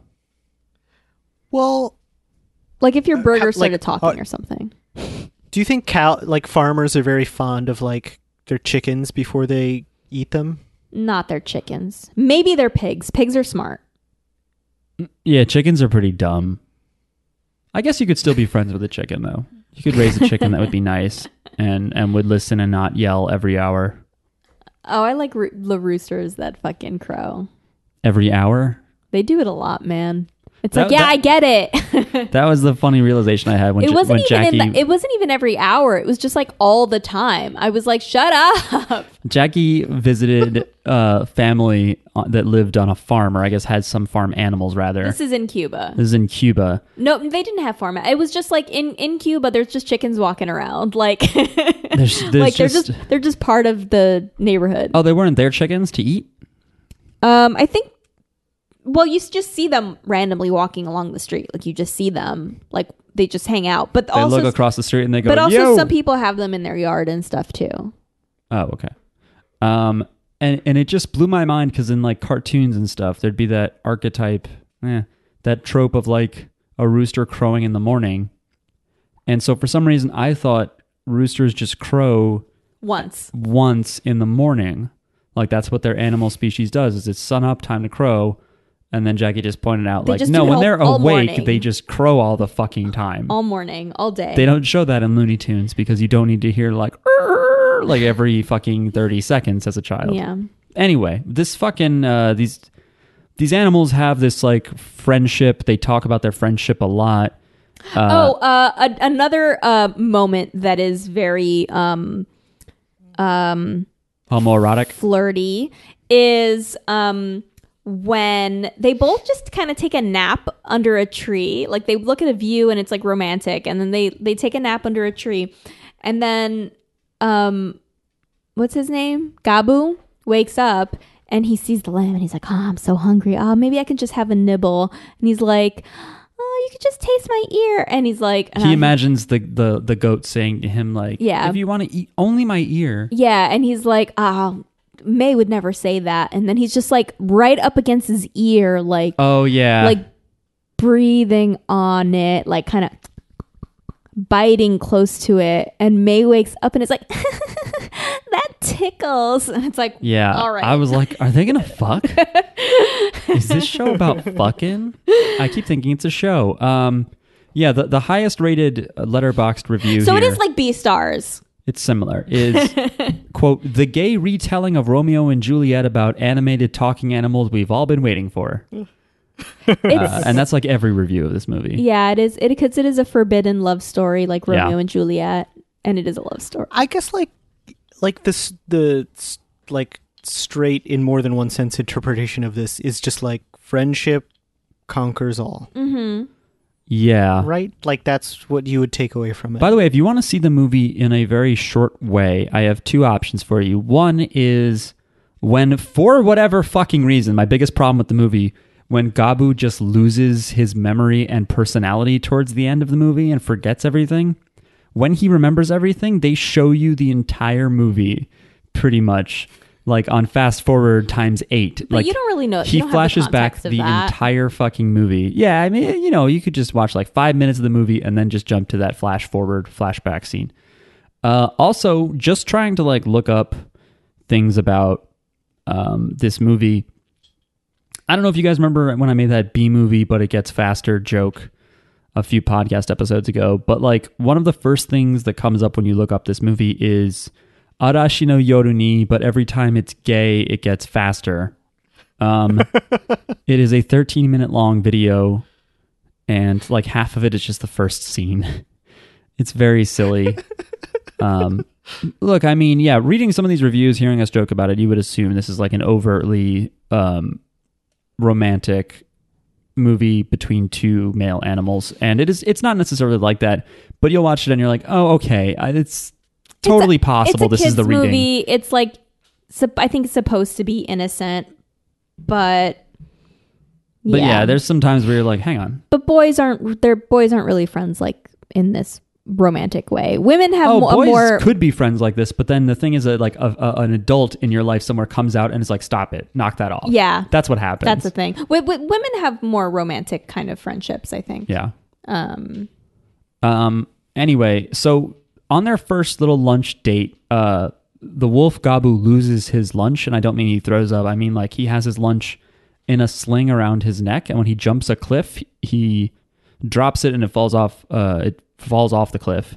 Speaker 3: Well,
Speaker 2: Like if your burger
Speaker 3: like,
Speaker 2: started talking
Speaker 3: uh,
Speaker 2: or something.
Speaker 3: do you think cow like farmers are very fond of like their chickens before they eat them?
Speaker 2: Not their chickens. Maybe they're pigs. Pigs are smart.
Speaker 1: Yeah, chickens are pretty dumb. I guess you could still be friends with a chicken though. You could raise a chicken that would be nice and and would listen and not yell every hour.
Speaker 2: Oh, I like roo- the roosters that fucking crow.
Speaker 1: Every hour.
Speaker 2: They do it a lot, man. It's
Speaker 1: That-
Speaker 2: like, yeah,
Speaker 1: that-
Speaker 2: I get it.
Speaker 1: That was the funny realization I had when
Speaker 2: it
Speaker 1: Ja-
Speaker 2: wasn't
Speaker 1: when
Speaker 2: even
Speaker 1: Jackie
Speaker 2: in the, it wasn't even every hour. It was just like all the time. I was like, "Shut up."
Speaker 1: Jackie visited a family on- that lived on a farm, or I guess had some farm animals rather.
Speaker 2: This
Speaker 1: This is,
Speaker 2: is in Cuba.
Speaker 1: in Cuba.
Speaker 2: No, they didn't have farm. It was just like in in Cuba there's just chickens walking around. Like
Speaker 1: There's, there's
Speaker 2: like they're
Speaker 1: just,
Speaker 2: just they're just part of the neighborhood.
Speaker 1: oh, they weren't their chickens to eat.
Speaker 2: Um, I think. Well, you s- just see them randomly walking along the street. Like you just see them. Like they just hang out. But
Speaker 1: They
Speaker 2: also,
Speaker 1: look across the street and they go.
Speaker 2: but also
Speaker 1: Yo!
Speaker 2: some people have them in their yard and stuff too.
Speaker 1: Oh, okay. Um, and and it just blew my mind because in like cartoons and stuff, there'd be that archetype, eh, that trope of like a rooster crowing in the morning, and so for some reason I thought roosters just crow
Speaker 2: Once.
Speaker 1: once in the morning. Like that's what their animal species does is it's sun up, time to crow. And then Jackie just pointed out
Speaker 2: They
Speaker 1: like
Speaker 2: just
Speaker 1: no,
Speaker 2: do it
Speaker 1: when
Speaker 2: all-
Speaker 1: they're
Speaker 2: all
Speaker 1: awake,
Speaker 2: morning.
Speaker 1: they just crow all the fucking time.
Speaker 2: All morning, all day.
Speaker 1: They don't show that in Looney Tunes because you don't need to hear like "Arr!" like every fucking 30 seconds as a child.
Speaker 2: yeah.
Speaker 1: Anyway, this fucking uh these these animals have this like friendship. They talk about their friendship a lot.
Speaker 2: oh, uh, a- another uh, moment that is very um, um,
Speaker 1: Homoerotic.
Speaker 2: flirty is um when they both just kind of take a nap under a tree like they look at a view and it's like romantic and then they they take a nap under a tree and then um what's his name? Gabu wakes up and he sees the lamb and he's like, "Oh, I'm so hungry. Oh, maybe I can just have a nibble." And he's like, "Oh, you could just taste my ear." And he's like, and
Speaker 1: He
Speaker 2: I'm-
Speaker 1: imagines the, the the goat saying to him like,
Speaker 2: Yeah.
Speaker 1: if you want to eat only my ear,
Speaker 2: Yeah, and he's like, "Oh, May would never say that." And then he's just like right up against his ear like
Speaker 1: oh yeah,
Speaker 2: like breathing on it, like kind of biting close to it. And May wakes up and it's like, that tickles. And it's like,
Speaker 1: yeah.
Speaker 2: all right.
Speaker 1: I was like, are they gonna fuck? Is this show about fucking? I keep thinking it's a show. Um, yeah, the the highest rated letterboxed review.
Speaker 2: so it
Speaker 1: here-
Speaker 2: is like B stars.
Speaker 1: it's similar is quote the gay retelling of romeo and juliet about animated talking animals we've all been waiting for
Speaker 2: It's,
Speaker 1: Uh, and that's like every review of this movie
Speaker 2: yeah, it is. It because it is a forbidden love story, like
Speaker 1: Yeah.
Speaker 2: Romeo and Juliet, and it is a love story.
Speaker 3: I guess like like this the s- like straight in more than one sense interpretation of this is just like friendship conquers all, right?
Speaker 1: yeah
Speaker 3: Like that's what you would take away from it.
Speaker 1: by the way if you want to see the movie in a very short way i have two options for you one is when for whatever fucking reason my biggest problem with the movie when gabu just loses his memory and personality towards the end of the movie and forgets everything when he remembers everything, they show you the entire movie pretty much like on fast forward times eight. like
Speaker 2: you don't really know- you
Speaker 1: He
Speaker 2: don't have the
Speaker 1: flashes back
Speaker 2: context of
Speaker 1: the
Speaker 2: that.
Speaker 1: entire fucking movie. Yeah, I mean, you know, you could just watch like five minutes of the movie and then just jump to that flash forward flashback scene. Uh, also, just trying to like look up things about um, this movie. I don't know if you guys remember when I made that B movie, but it gets faster joke a few podcast episodes ago. But like one of the first things that comes up when you look up this movie is Arashi no Yoru ni, but every time it's gay, it gets faster. Um, it is a 13 minute long video, and like half of it is just the first scene. It's very silly. um, look, I mean, yeah, reading some of these reviews, hearing us joke about it, you would assume this is like an overtly um, romantic movie between two male animals, and it is. It's not necessarily like that, but you'll watch it and you're like, oh, okay, I- it's totally possible.
Speaker 2: It's a
Speaker 1: this is the
Speaker 2: kids'
Speaker 1: reading.
Speaker 2: movie. It's like, sup- I think it's supposed to be innocent, but.
Speaker 1: But yeah. there's some times where you're like, hang on.
Speaker 2: but boys aren't their boys aren't really friends like in this romantic way. Women have
Speaker 1: Oh,
Speaker 2: mo- a
Speaker 1: boys
Speaker 2: more
Speaker 1: could be friends like this, but then the thing is that like a, a, an adult in your life somewhere comes out and is like, stop it, knock that off.
Speaker 2: yeah.
Speaker 1: that's what happens.
Speaker 2: That's the thing. Wi- wi- women have more romantic kind of friendships, I think.
Speaker 1: yeah.
Speaker 2: Um,
Speaker 1: Um. Anyway, so on their first little lunch date, uh, the wolf Gabu loses his lunch, and I don't mean he throws up. I mean like he has his lunch in a sling around his neck, and when he jumps a cliff, he drops it and it falls off. Uh, it falls off the cliff.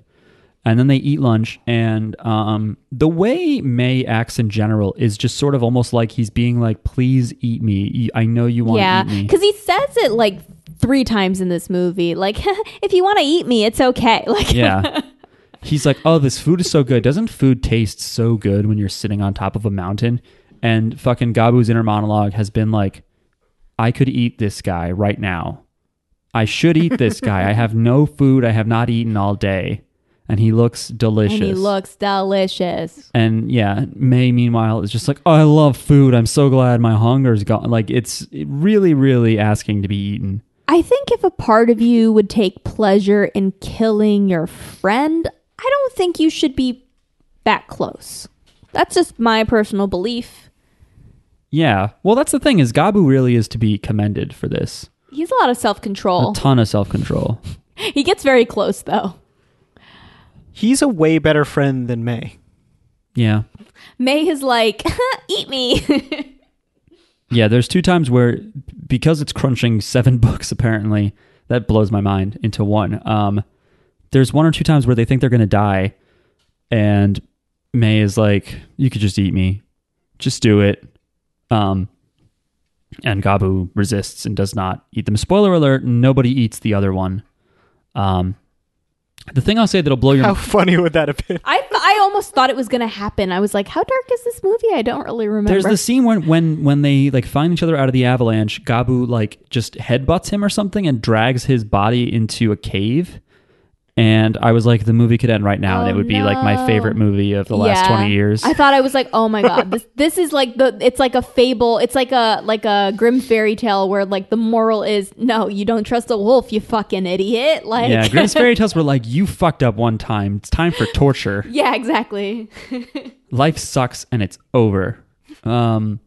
Speaker 1: and then they eat lunch and um, the way may acts in general is just sort of almost like he's being like please eat me i know you want to
Speaker 2: yeah,
Speaker 1: eat me
Speaker 2: because he says it like three times in this movie. Like, if you want to eat me, it's okay. Like,
Speaker 1: yeah he's like oh this food is so good doesn't food taste so good when you're sitting on top of a mountain and fucking gabu's inner monologue has been like i could eat this guy right now i should eat this guy i have no food i have not eaten all day and he looks delicious
Speaker 2: and he looks delicious.
Speaker 1: And yeah, May meanwhile is just like, oh, I love food. I'm so glad my hunger's gone. Like it's really, really asking to be eaten.
Speaker 2: I think if a part of you would take pleasure in killing your friend, I don't think you should be that close. That's just my personal belief.
Speaker 1: Yeah. Well, that's the thing is Gabu really is to be commended for this.
Speaker 2: He has a lot of self
Speaker 1: A
Speaker 2: control.
Speaker 1: ton of self control.
Speaker 2: He gets very close though.
Speaker 3: He's a way better friend than May.
Speaker 1: Yeah.
Speaker 2: May is like, eat me.
Speaker 1: Yeah. There's two times where because it's crunching seven books apparently that blows my mind into one. Um, there's one or two times where they think they're gonna die, and May is like, "You could just eat me, just do it." Um, and Gabu resists and does not eat them. Spoiler alert: nobody eats the other one. Um, the thing I'll say that'll blow your
Speaker 3: How funny would that have been?
Speaker 2: I th- I almost thought it was gonna happen. I was like, how dark is this movie? I don't really remember.
Speaker 1: There's the scene when when when they like find each other out of the avalanche. Gabu like just headbutts him or something and drags his body into a cave, and I was like, the movie could end right now, and
Speaker 2: Oh,
Speaker 1: it would be like my
Speaker 2: no.
Speaker 1: favorite movie of the last
Speaker 2: Yeah.
Speaker 1: twenty years.
Speaker 2: I thought I was like, oh my god, this this is like the it's like a fable. It's like a like a grim fairy tale where like the moral is no, you don't trust a wolf, you fucking idiot. Like
Speaker 1: yeah, Grimm's fairy tales were like, you fucked up one time. It's time for torture.
Speaker 2: Yeah, exactly.
Speaker 1: Life sucks, and it's over. Um,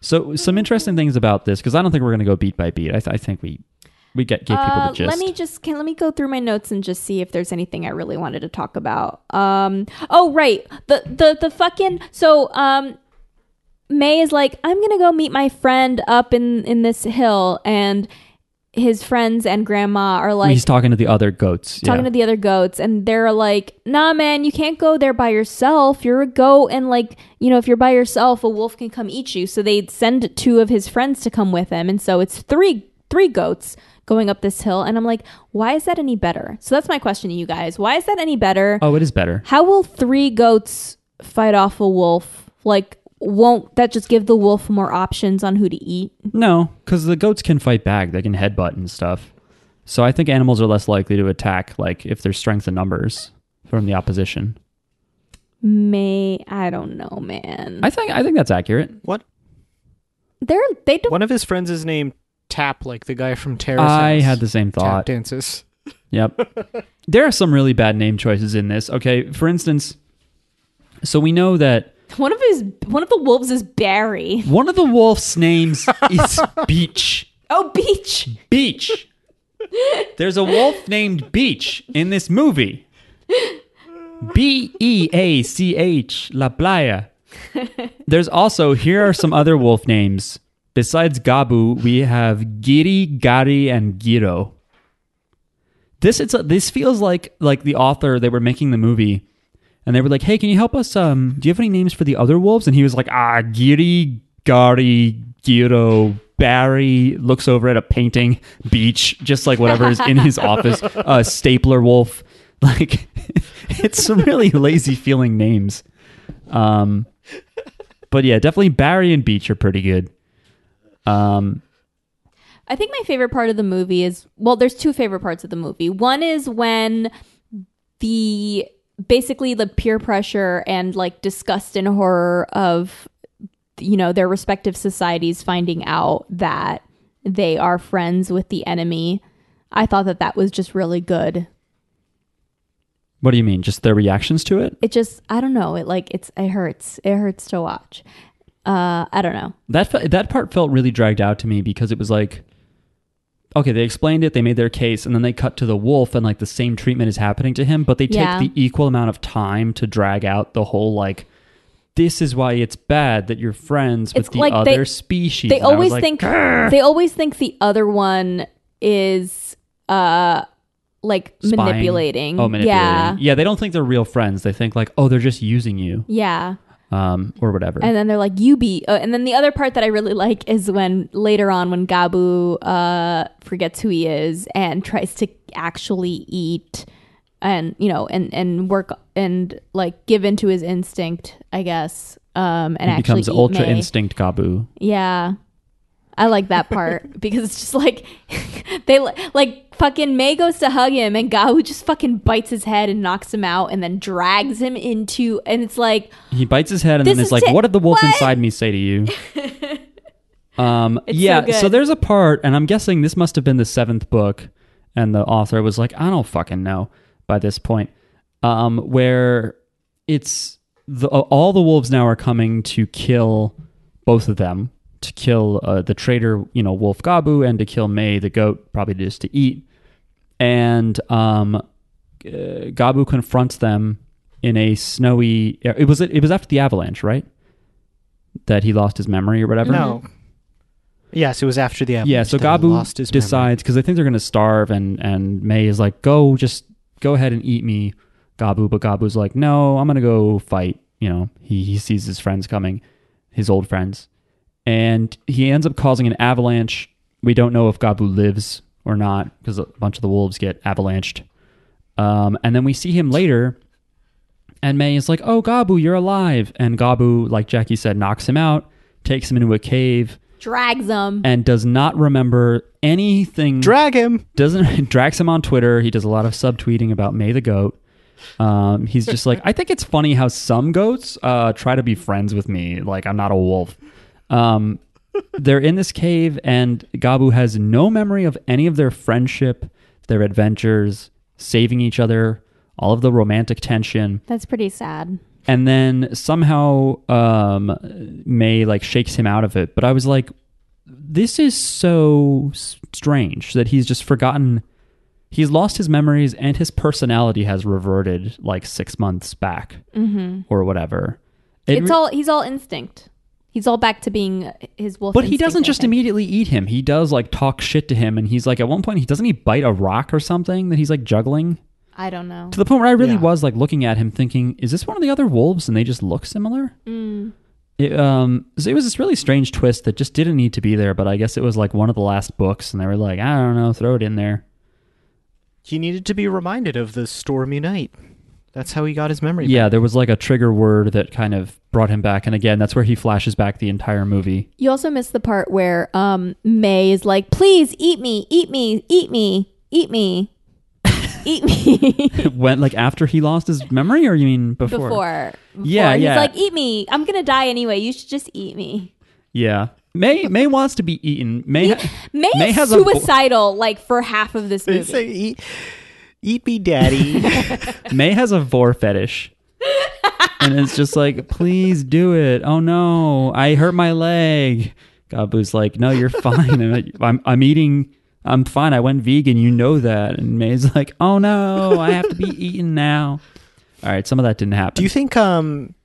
Speaker 1: so
Speaker 2: Mm.
Speaker 1: some interesting things about this because I don't think we're gonna go beat by beat. I, th- I think we we get give people
Speaker 2: Uh,
Speaker 1: the gist.
Speaker 2: Let me just can let me go through my notes and just see if there's anything I really wanted to talk about. Um oh right. The the the fucking so um May is like, I'm gonna go meet my friend up in in this hill and his friends and grandma are like
Speaker 1: He's talking to the other goats.
Speaker 2: talking
Speaker 1: yeah.
Speaker 2: to the other goats and they're like nah man you can't go there by yourself you're a goat and like you know if you're by yourself a wolf can come eat you so they send two of his friends to come with him and so it's three three goats going up this hill and i'm like why is that any better so that's my question to you guys why is that any better
Speaker 1: oh, it is better.
Speaker 2: how will three goats fight off a wolf like won't that just give the wolf more options on who to eat
Speaker 1: No, because the goats can fight back. They can headbutt and stuff. So I think animals are less likely to attack, like if there's strength in numbers from the opposition.
Speaker 2: may i don't know man
Speaker 1: I think I think that's accurate.
Speaker 3: What?
Speaker 2: they're they don't
Speaker 3: One of his friends is named Tap, like the guy from Terrace.
Speaker 1: I
Speaker 3: House.
Speaker 1: had the same
Speaker 3: Tap
Speaker 1: thought.
Speaker 3: dances.
Speaker 1: Yep. there are some really bad name choices in this. Okay, for instance, so we know that
Speaker 2: One of his one of the wolves is Barry.
Speaker 1: one of the wolf's names is Beach.
Speaker 2: Oh, Beach.
Speaker 1: Beach. There's a wolf named Beach in this movie. B E A C H La Playa. There's also here are some other wolf names. Besides Gabu, we have Giri, Gari, and Giro. This it's this feels like like the author they were making the movie, and they were like, "Hey, can you help us? Um, do you have any names for the other wolves?" And he was like, "Ah, Giri, Gari, Giro, Barry." Looks over at a painting, beach, just like whatever is in his office. Uh, stapler wolf, like it's some really lazy feeling names. Um, but yeah, definitely Barry and Beach are pretty good. Um,
Speaker 2: I think my favorite part of the movie is well, there's two favorite parts of the movie. One is when the basically the peer pressure and like disgust and horror of you know their respective societies finding out that they are friends with the enemy. I thought that that was just really good.
Speaker 1: what do you mean? Just their reactions to it?
Speaker 2: It just I don't know, it like it's it hurts. It hurts to watch. Uh I don't know.
Speaker 1: That fe- that part felt really dragged out to me because it was like, okay, they explained it, they made their case, and then they cut to the wolf, and like the same treatment is happening to him, but they take
Speaker 2: Yeah.
Speaker 1: the equal amount of time to drag out the whole like. This is why it's bad that you're friends with
Speaker 2: It's
Speaker 1: the
Speaker 2: like they-
Speaker 1: other species.
Speaker 2: they
Speaker 1: And I was
Speaker 2: always
Speaker 1: like,
Speaker 2: think they always think the other one is uh like
Speaker 1: spying.
Speaker 2: manipulating.
Speaker 1: Oh, manipulating.
Speaker 2: Yeah.
Speaker 1: they don't think they're real friends. They think like, oh, they're just using you,
Speaker 2: Yeah.
Speaker 1: um, or whatever.
Speaker 2: And then they're like, you be. Uh, and then the other part that I really like is when later on, when Gabu uh, forgets who he is and tries to actually eat and, you know, and, and work and like give into his instinct, I guess. Um, and
Speaker 1: he
Speaker 2: actually
Speaker 1: becomes
Speaker 2: eat
Speaker 1: ultra
Speaker 2: May.
Speaker 1: instinct Gabu.
Speaker 2: Yeah. I like that part because it's just like they li- like fucking May goes to hug him and Gawu just fucking bites his head and knocks him out and then drags him into and it's like
Speaker 1: He bites his head and
Speaker 2: This
Speaker 1: then
Speaker 2: is
Speaker 1: it's like,
Speaker 2: it.
Speaker 1: "What did the wolf
Speaker 2: What?
Speaker 1: inside me say to you?" um,
Speaker 2: so
Speaker 1: yeah. So,
Speaker 2: good.
Speaker 1: there's a part, and I'm guessing this must have been the seventh book, and the author was like, "I don't fucking know." By this point, um, where it's the, all the wolves now are coming to kill both of them, to kill uh, the traitor, you know, Wolf Gabu, and to kill May the goat, probably just to eat. And um, uh, Gabu confronts them in a snowy. It was it was after the avalanche, right? That he lost his memory or whatever.
Speaker 3: No. Yes, it was after the
Speaker 1: Yeah.
Speaker 3: avalanche
Speaker 1: So
Speaker 3: that he
Speaker 1: Gabu
Speaker 3: lost his memory.
Speaker 1: decides because they think they're going to starve, and and May is like, "Go, just go ahead and eat me, Gabu." But Gabu's like, "No, I'm going to go fight." You know, he he sees his friends coming, his old friends, and he ends up causing an avalanche. We don't know if Gabu lives or not because a bunch of the wolves get avalanched. Um, and then we see him later, and May is like, "Oh, Gabu, you're alive!" And Gabu, like Jackie said, knocks him out, takes him into a cave,
Speaker 2: Drags them.
Speaker 1: and does not remember anything.
Speaker 3: Drag him.
Speaker 1: doesn't drags him on Twitter. He does a lot of subtweeting about May the goat. Um, he's just like, I think it's funny how some goats uh, try to be friends with me. Like I'm not a wolf. Um, they're in this cave, and Gabu has no memory of any of their friendship, their adventures, saving each other, all of the romantic tension.
Speaker 2: That's pretty sad.
Speaker 1: And then somehow um, May like shakes him out of it. But I was like, this is so s- strange that he's just forgotten. He's lost his memories and his personality has reverted like six months back or whatever. It
Speaker 2: Mm-hmm. it's
Speaker 1: re-
Speaker 2: all he's all instinct. He's all back to being his wolf.
Speaker 1: but he
Speaker 2: instinct,
Speaker 1: doesn't
Speaker 2: I
Speaker 1: just
Speaker 2: think.
Speaker 1: immediately eat him. He does like talk shit to him. And he's like, at one point, he doesn't he bite a rock or something that he's like juggling
Speaker 2: I don't know.
Speaker 1: to the point where I really
Speaker 3: Yeah.
Speaker 1: was like looking at him thinking, is this one of the other wolves and they just look similar?
Speaker 2: Mm.
Speaker 1: It, um, so it was this really strange twist that just didn't need to be there, but I guess it was like one of the last books, and they were like, I don't know, throw it in there.
Speaker 3: He needed to be reminded of the stormy night. That's how he got his memory.
Speaker 1: Yeah, there was like a trigger word that kind of brought him back, and again, that's where he flashes back the entire movie.
Speaker 2: You also missed the part where um, May is like, "Please eat me, eat me, eat me, eat me, eat me."
Speaker 1: It went like after he lost his memory, or you mean before?
Speaker 2: before,
Speaker 1: Yeah,
Speaker 2: Before. He's
Speaker 1: yeah.
Speaker 2: like, "Eat me. I'm gonna die anyway. You should just eat me."
Speaker 1: Yeah, May May wants to be eaten. May ha-
Speaker 2: May,
Speaker 1: May
Speaker 2: is
Speaker 1: has a bo-
Speaker 2: suicidal like for half of this
Speaker 3: They
Speaker 2: movie.
Speaker 3: say, eat, eat me, daddy.
Speaker 1: May has a vor fetish. and it's just like, please do it. Oh no, I hurt my leg. Gabu's like, no, you're fine. And I- I'm, I'm eating, I'm fine. I went vegan. You know that. And May's like, oh no, I have to be eaten now. All right, some of that didn't happen.
Speaker 3: Do you think um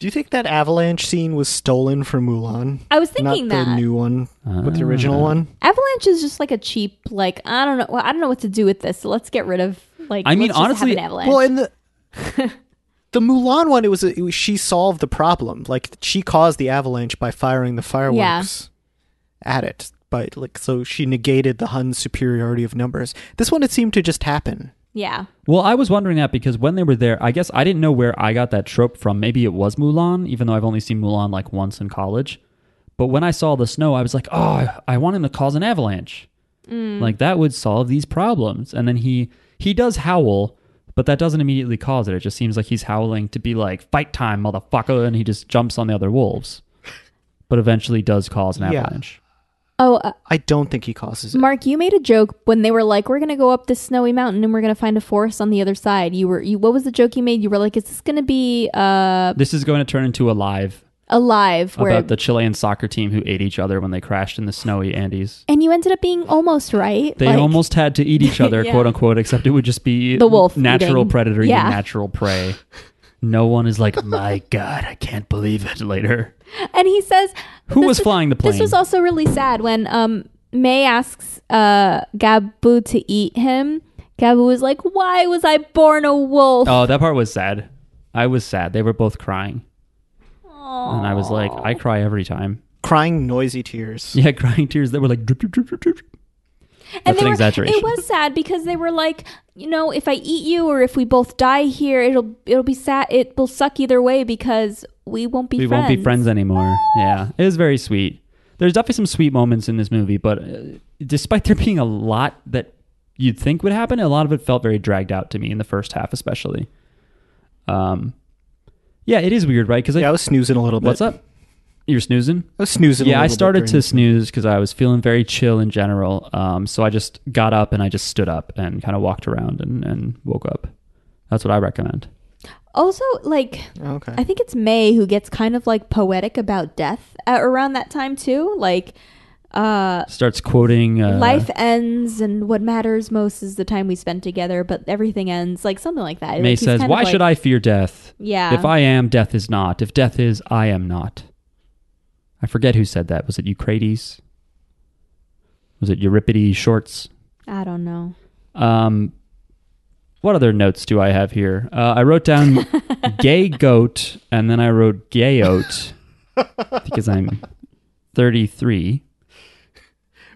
Speaker 3: Do you think that avalanche scene was stolen from Mulan?
Speaker 2: I was thinking
Speaker 3: Not the
Speaker 2: that
Speaker 3: new one, but the original one.
Speaker 2: Avalanche is just like a cheap like I don't know. Well, I don't know what to do with this. So let's get rid of like.
Speaker 1: I mean,
Speaker 2: let's just have
Speaker 1: honestly-
Speaker 2: an avalanche.
Speaker 3: Well, in the the Mulan one, it was, it was she solved the problem. Like she caused the avalanche by firing the fireworks at it. But like, so she negated the Hun's superiority of numbers. This one, it seemed to just happen.
Speaker 2: yeah.
Speaker 1: Well, I was wondering that because when they were there, I guess I didn't know where I got that trope from. Maybe it was Mulan, even though I've only seen Mulan like once in college. But when I saw the snow, I was like, oh, I- I want him to cause an avalanche. Like that would solve these problems. And then he he does howl, but that doesn't immediately cause it. It just seems like he's howling to be like fight time, motherfucker, and he just jumps on the other wolves. But eventually does cause an
Speaker 3: Yeah.
Speaker 1: avalanche.
Speaker 2: Oh, uh,
Speaker 3: I don't think he causes it.
Speaker 2: Mark, you made a joke when they were like, "We're gonna go up this snowy mountain and we're gonna find a forest on the other side." You were, you, what was the joke you made? You were like, "Is this gonna be uh,
Speaker 1: This is going to turn into a live
Speaker 2: alive?" Where,
Speaker 1: about the Chilean soccer team who ate each other when they crashed in the snowy Andes.
Speaker 2: and you ended up being almost right.
Speaker 1: They
Speaker 2: Like,
Speaker 1: almost had to eat each other,
Speaker 2: Yeah.
Speaker 1: quote unquote, except it would just be
Speaker 2: The wolf
Speaker 1: natural
Speaker 2: eating.
Speaker 1: predator eating
Speaker 2: Yeah.
Speaker 1: natural prey. No one is like, my God, I can't believe it later.
Speaker 2: And he says,
Speaker 1: Who
Speaker 2: this
Speaker 1: was flying the
Speaker 2: This
Speaker 1: plane?
Speaker 2: was also really sad when um May asks uh Gabu to eat him. Gabu was like, "Why was I born a wolf?"
Speaker 1: Oh, that part was sad. I was sad. They were both crying. And I was like, I cry every time.
Speaker 3: Crying noisy tears.
Speaker 1: Yeah, crying tears that were like drip, drip, drip, drip, drip. drip.
Speaker 2: and
Speaker 1: That's
Speaker 2: they
Speaker 1: an
Speaker 2: were-
Speaker 1: exaggeration.
Speaker 2: It was sad because they were like, you know, if I eat you or if we both die here, it'll it'll be sad. It will suck either way because we won't be
Speaker 1: we
Speaker 2: friends.
Speaker 1: won't be friends anymore. Yeah, it was very sweet. There's definitely some sweet moments in this movie, but uh, despite there being a lot that you'd think would happen, a lot of it felt very dragged out to me in the first half, especially. Um, yeah, it is weird, right? Because
Speaker 3: Yeah, I was snoozing a little bit.
Speaker 1: what's up? You're snoozing.
Speaker 3: I was snoozing. a
Speaker 1: Yeah,
Speaker 3: little
Speaker 1: I
Speaker 3: bit
Speaker 1: started
Speaker 3: during
Speaker 1: to
Speaker 3: this.
Speaker 1: snooze because I was feeling very chill in general. Um, so I just got up and I just stood up and kind of walked around and, and woke up. That's what I recommend.
Speaker 2: Also, like,
Speaker 3: Okay.
Speaker 2: I think it's May who gets kind of like poetic about death uh, around that time too. Like, uh,
Speaker 1: Starts quoting uh,
Speaker 2: life ends, and what matters most is the time we spend together. But everything ends, like something like that.
Speaker 1: May
Speaker 2: Like, he's
Speaker 1: says,
Speaker 2: kind of
Speaker 1: "Why should
Speaker 2: like-
Speaker 1: I fear death?
Speaker 2: Yeah.
Speaker 1: If I am, death is not. If death is, I am not. I forget who said that. Was it Eucrates? Was it Euripides Shorts?
Speaker 2: I don't know.
Speaker 1: Um, what other notes do I have here? Uh, I wrote down gay goat and then I wrote gay oat because I'm 33.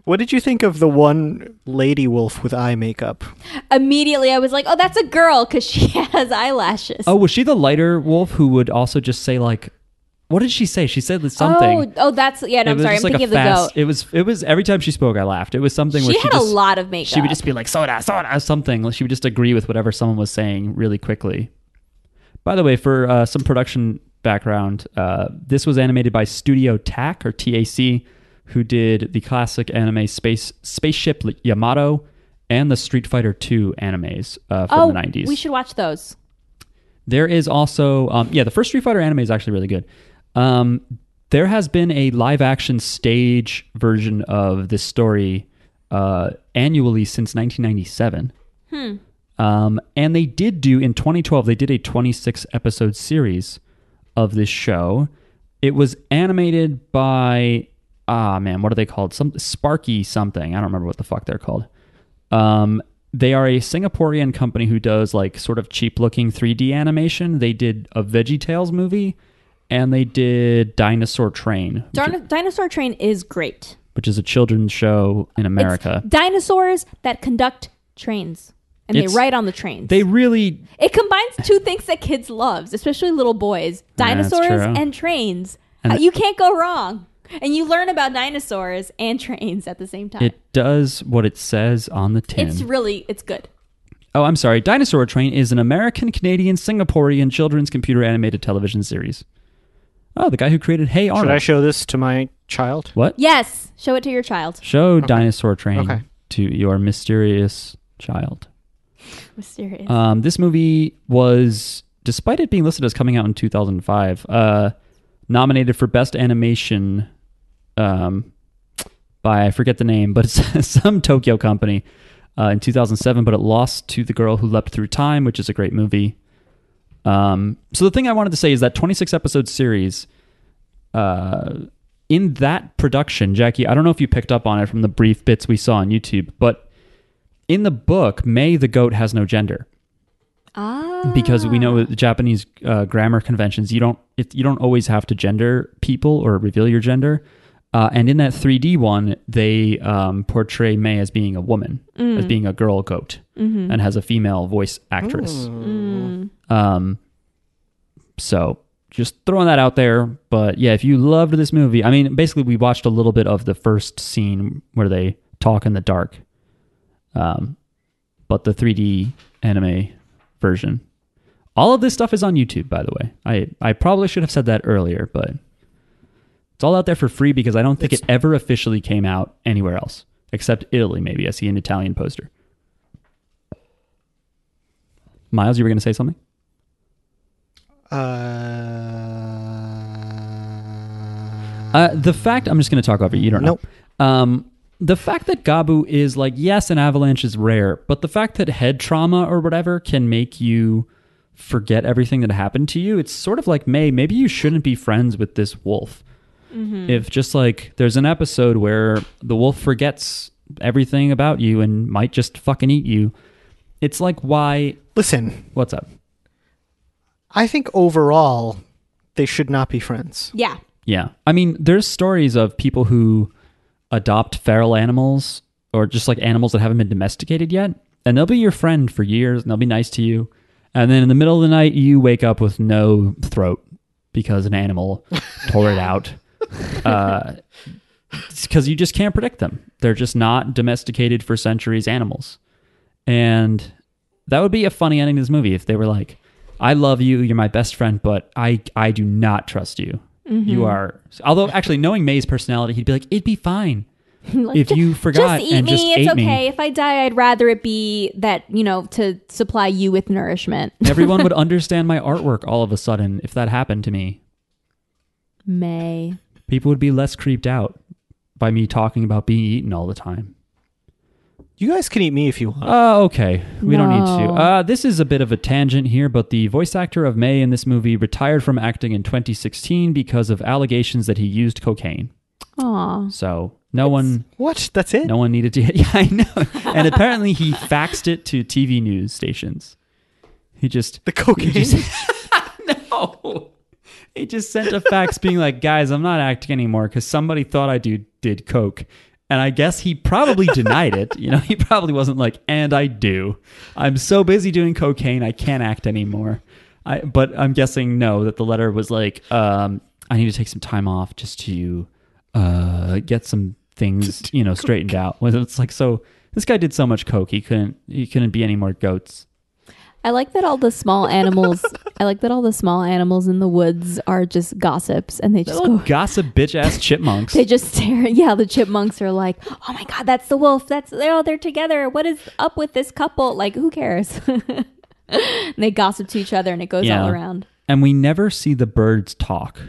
Speaker 3: What did you think of the one lady wolf with eye makeup?
Speaker 2: Immediately, I was like, "Oh, that's a girl," because she has eyelashes.
Speaker 1: Oh, was she the lighter wolf who would also just say, like, What did she say? She said that something.
Speaker 2: Oh, oh, that's yeah. No,
Speaker 1: It
Speaker 2: I'm
Speaker 1: was
Speaker 2: sorry. I'm
Speaker 1: just like
Speaker 2: thinking
Speaker 1: a
Speaker 2: of the
Speaker 1: fast-
Speaker 2: goat.
Speaker 1: It was it was every time she spoke, I laughed. It was something where
Speaker 2: She
Speaker 1: she
Speaker 2: had
Speaker 1: just,
Speaker 2: a lot of makeup.
Speaker 1: She would just be like soda, soda, something. Like, She would just agree with whatever someone was saying really quickly. By the way, for uh, some production background, uh, this was animated by Studio TAC or TAC, who did the classic anime Space Spaceship Yamato and the Street Fighter II animes uh, from
Speaker 2: oh,
Speaker 1: the '90s.
Speaker 2: we should watch those.
Speaker 1: There is also, um, yeah, the first Street Fighter anime is actually really good. Um, there has been a live action stage version of this story uh, annually since 1997. Um, and they did do, in 2012, they did a 26 episode series of this show. It was animated by, ah, man, what are they called? Some Sparky something. I don't remember what the fuck they're called. Um, they are a Singaporean company who does like sort of cheap looking 3D animation. They did a VeggieTales movie and they did Dinosaur Train,
Speaker 2: Darn- Dinosaur Train is great.
Speaker 1: which is a children's show in
Speaker 2: It's
Speaker 1: America.
Speaker 2: dinosaurs that conduct trains, and
Speaker 1: It's-
Speaker 2: they ride on the trains.
Speaker 1: They really,
Speaker 2: it combines two things that kids loves, especially little boys:
Speaker 1: Yeah, that's
Speaker 2: dinosaurs
Speaker 1: true.
Speaker 2: and trains.
Speaker 1: And
Speaker 2: Uh,
Speaker 1: th-
Speaker 2: you can't go wrong. And you learn about dinosaurs and trains at the same time.
Speaker 1: it does what it says on the tin.
Speaker 2: it's really it's good.
Speaker 1: Oh, I'm sorry. Dinosaur Train is an American, Canadian, Singaporean children's computer animated television series. Oh, the guy who created Hey Arnold.
Speaker 3: Should I show this to my child?
Speaker 1: what?
Speaker 2: Yes, show it to your child.
Speaker 1: Show Dinosaur Train
Speaker 3: Okay.
Speaker 1: to your mysterious child.
Speaker 2: Mysterious.
Speaker 1: Um, this movie was, despite it being listed as coming out in 2005, uh, nominated for Best Animation um, by, I forget the name, but it's some Tokyo company uh, in 2007, but it lost to The Girl Who Leapt Through Time, which is a great movie. Um, so the thing I wanted to say is that 26 episode series, uh, in that production, Jackie, I don't know if you picked up on it from the brief bits we saw on YouTube, but in the book, May the goat has no gender
Speaker 2: ah,
Speaker 1: because we know with Japanese uh, grammar conventions, you don't it, you don't always have to gender people or reveal your gender. Uh, and in that 3D one, they um, portray May as being a woman, as being a girl goat, and has a female voice actress. Um, so just throwing that out there. But yeah, if you loved this movie, I mean, basically, we watched a little bit of the first scene where they talk in the dark. Um, but the 3D anime version. All of this stuff is on YouTube, by the way. I, I probably should have said that earlier, but it's all out there for free because I don't think it ever officially came out anywhere else except Italy, maybe. I see an Italian poster. Miles, you were going to say something?
Speaker 3: Uh,
Speaker 1: Uh, the fact I'm just going to talk over you. You don't
Speaker 3: Nope.
Speaker 1: know. Um, the fact that Gabu is like yes, an avalanche is rare, but the fact that head trauma or whatever can make you forget everything that happened to you. It's sort of like May. Maybe you shouldn't be friends with this wolf. If just like there's an episode where the wolf forgets everything about you and might just fucking eat you. It's like why?
Speaker 3: listen,
Speaker 1: What's up?
Speaker 3: I think overall they should not be friends.
Speaker 2: yeah,
Speaker 1: Yeah. I mean, there's stories of people who adopt feral animals or just like animals that haven't been domesticated yet, and they'll be your friend for years and they'll be nice to you. And then in the middle of the night, you wake up with no throat because an animal tore it out. Because you just can't predict them. They're just not domesticated for centuries animals. And that would be a funny ending to this movie if they were like, "I love you, you're my best friend, but I I do not trust you.
Speaker 2: Mm-hmm.
Speaker 1: You are." Although actually knowing May's personality, he'd be like, "It'd be fine
Speaker 2: Like,
Speaker 1: if
Speaker 2: ju-
Speaker 1: you forgot
Speaker 2: just eat
Speaker 1: and
Speaker 2: me.
Speaker 1: just
Speaker 2: it's
Speaker 1: ate
Speaker 2: okay.
Speaker 1: me."
Speaker 2: If I die, I'd rather it be that you know to supply you with nourishment.
Speaker 1: Everyone would understand my artwork all of a sudden if that happened to me.
Speaker 2: May.
Speaker 1: People would be less creeped out by me talking about being eaten all the time.
Speaker 3: You guys can eat me if you want.
Speaker 1: Oh, okay. We don't need to.
Speaker 2: No.
Speaker 1: Uh, this is a bit of a tangent here, but the voice actor of May in this movie retired from acting in 2016 because of allegations that he used cocaine.
Speaker 2: Aw.
Speaker 1: So no one,
Speaker 3: What? That's it?
Speaker 1: no one needed to. Yeah, I know. And apparently, he faxed it to TV news stations. He just
Speaker 3: The cocaine.
Speaker 1: no. He just sent a fax being like, "Guys, I'm not acting anymore because somebody thought I do did coke." And I guess he probably denied it. You know, he probably wasn't like, "And I do. I'm so busy doing cocaine, I can't act anymore." I, but I'm guessing no, that the letter was like, um, I need to take some time off just to uh, get some things, you know, straightened out. Well, It's like so this guy did so much coke, he couldn't he couldn't be any more goats.
Speaker 2: I like that all the small animals. I like that all the small animals in the woods are just gossips, and they just
Speaker 1: Little
Speaker 2: go.
Speaker 1: gossip bitch ass chipmunks.
Speaker 2: They just stare. Yeah, the chipmunks are like, "Oh my god, that's the wolf. That's they're all they're together. What is up with this couple? Like, who cares?" and they gossip to each other, and it goes
Speaker 1: Yeah.
Speaker 2: all around.
Speaker 1: and we never see the birds talk,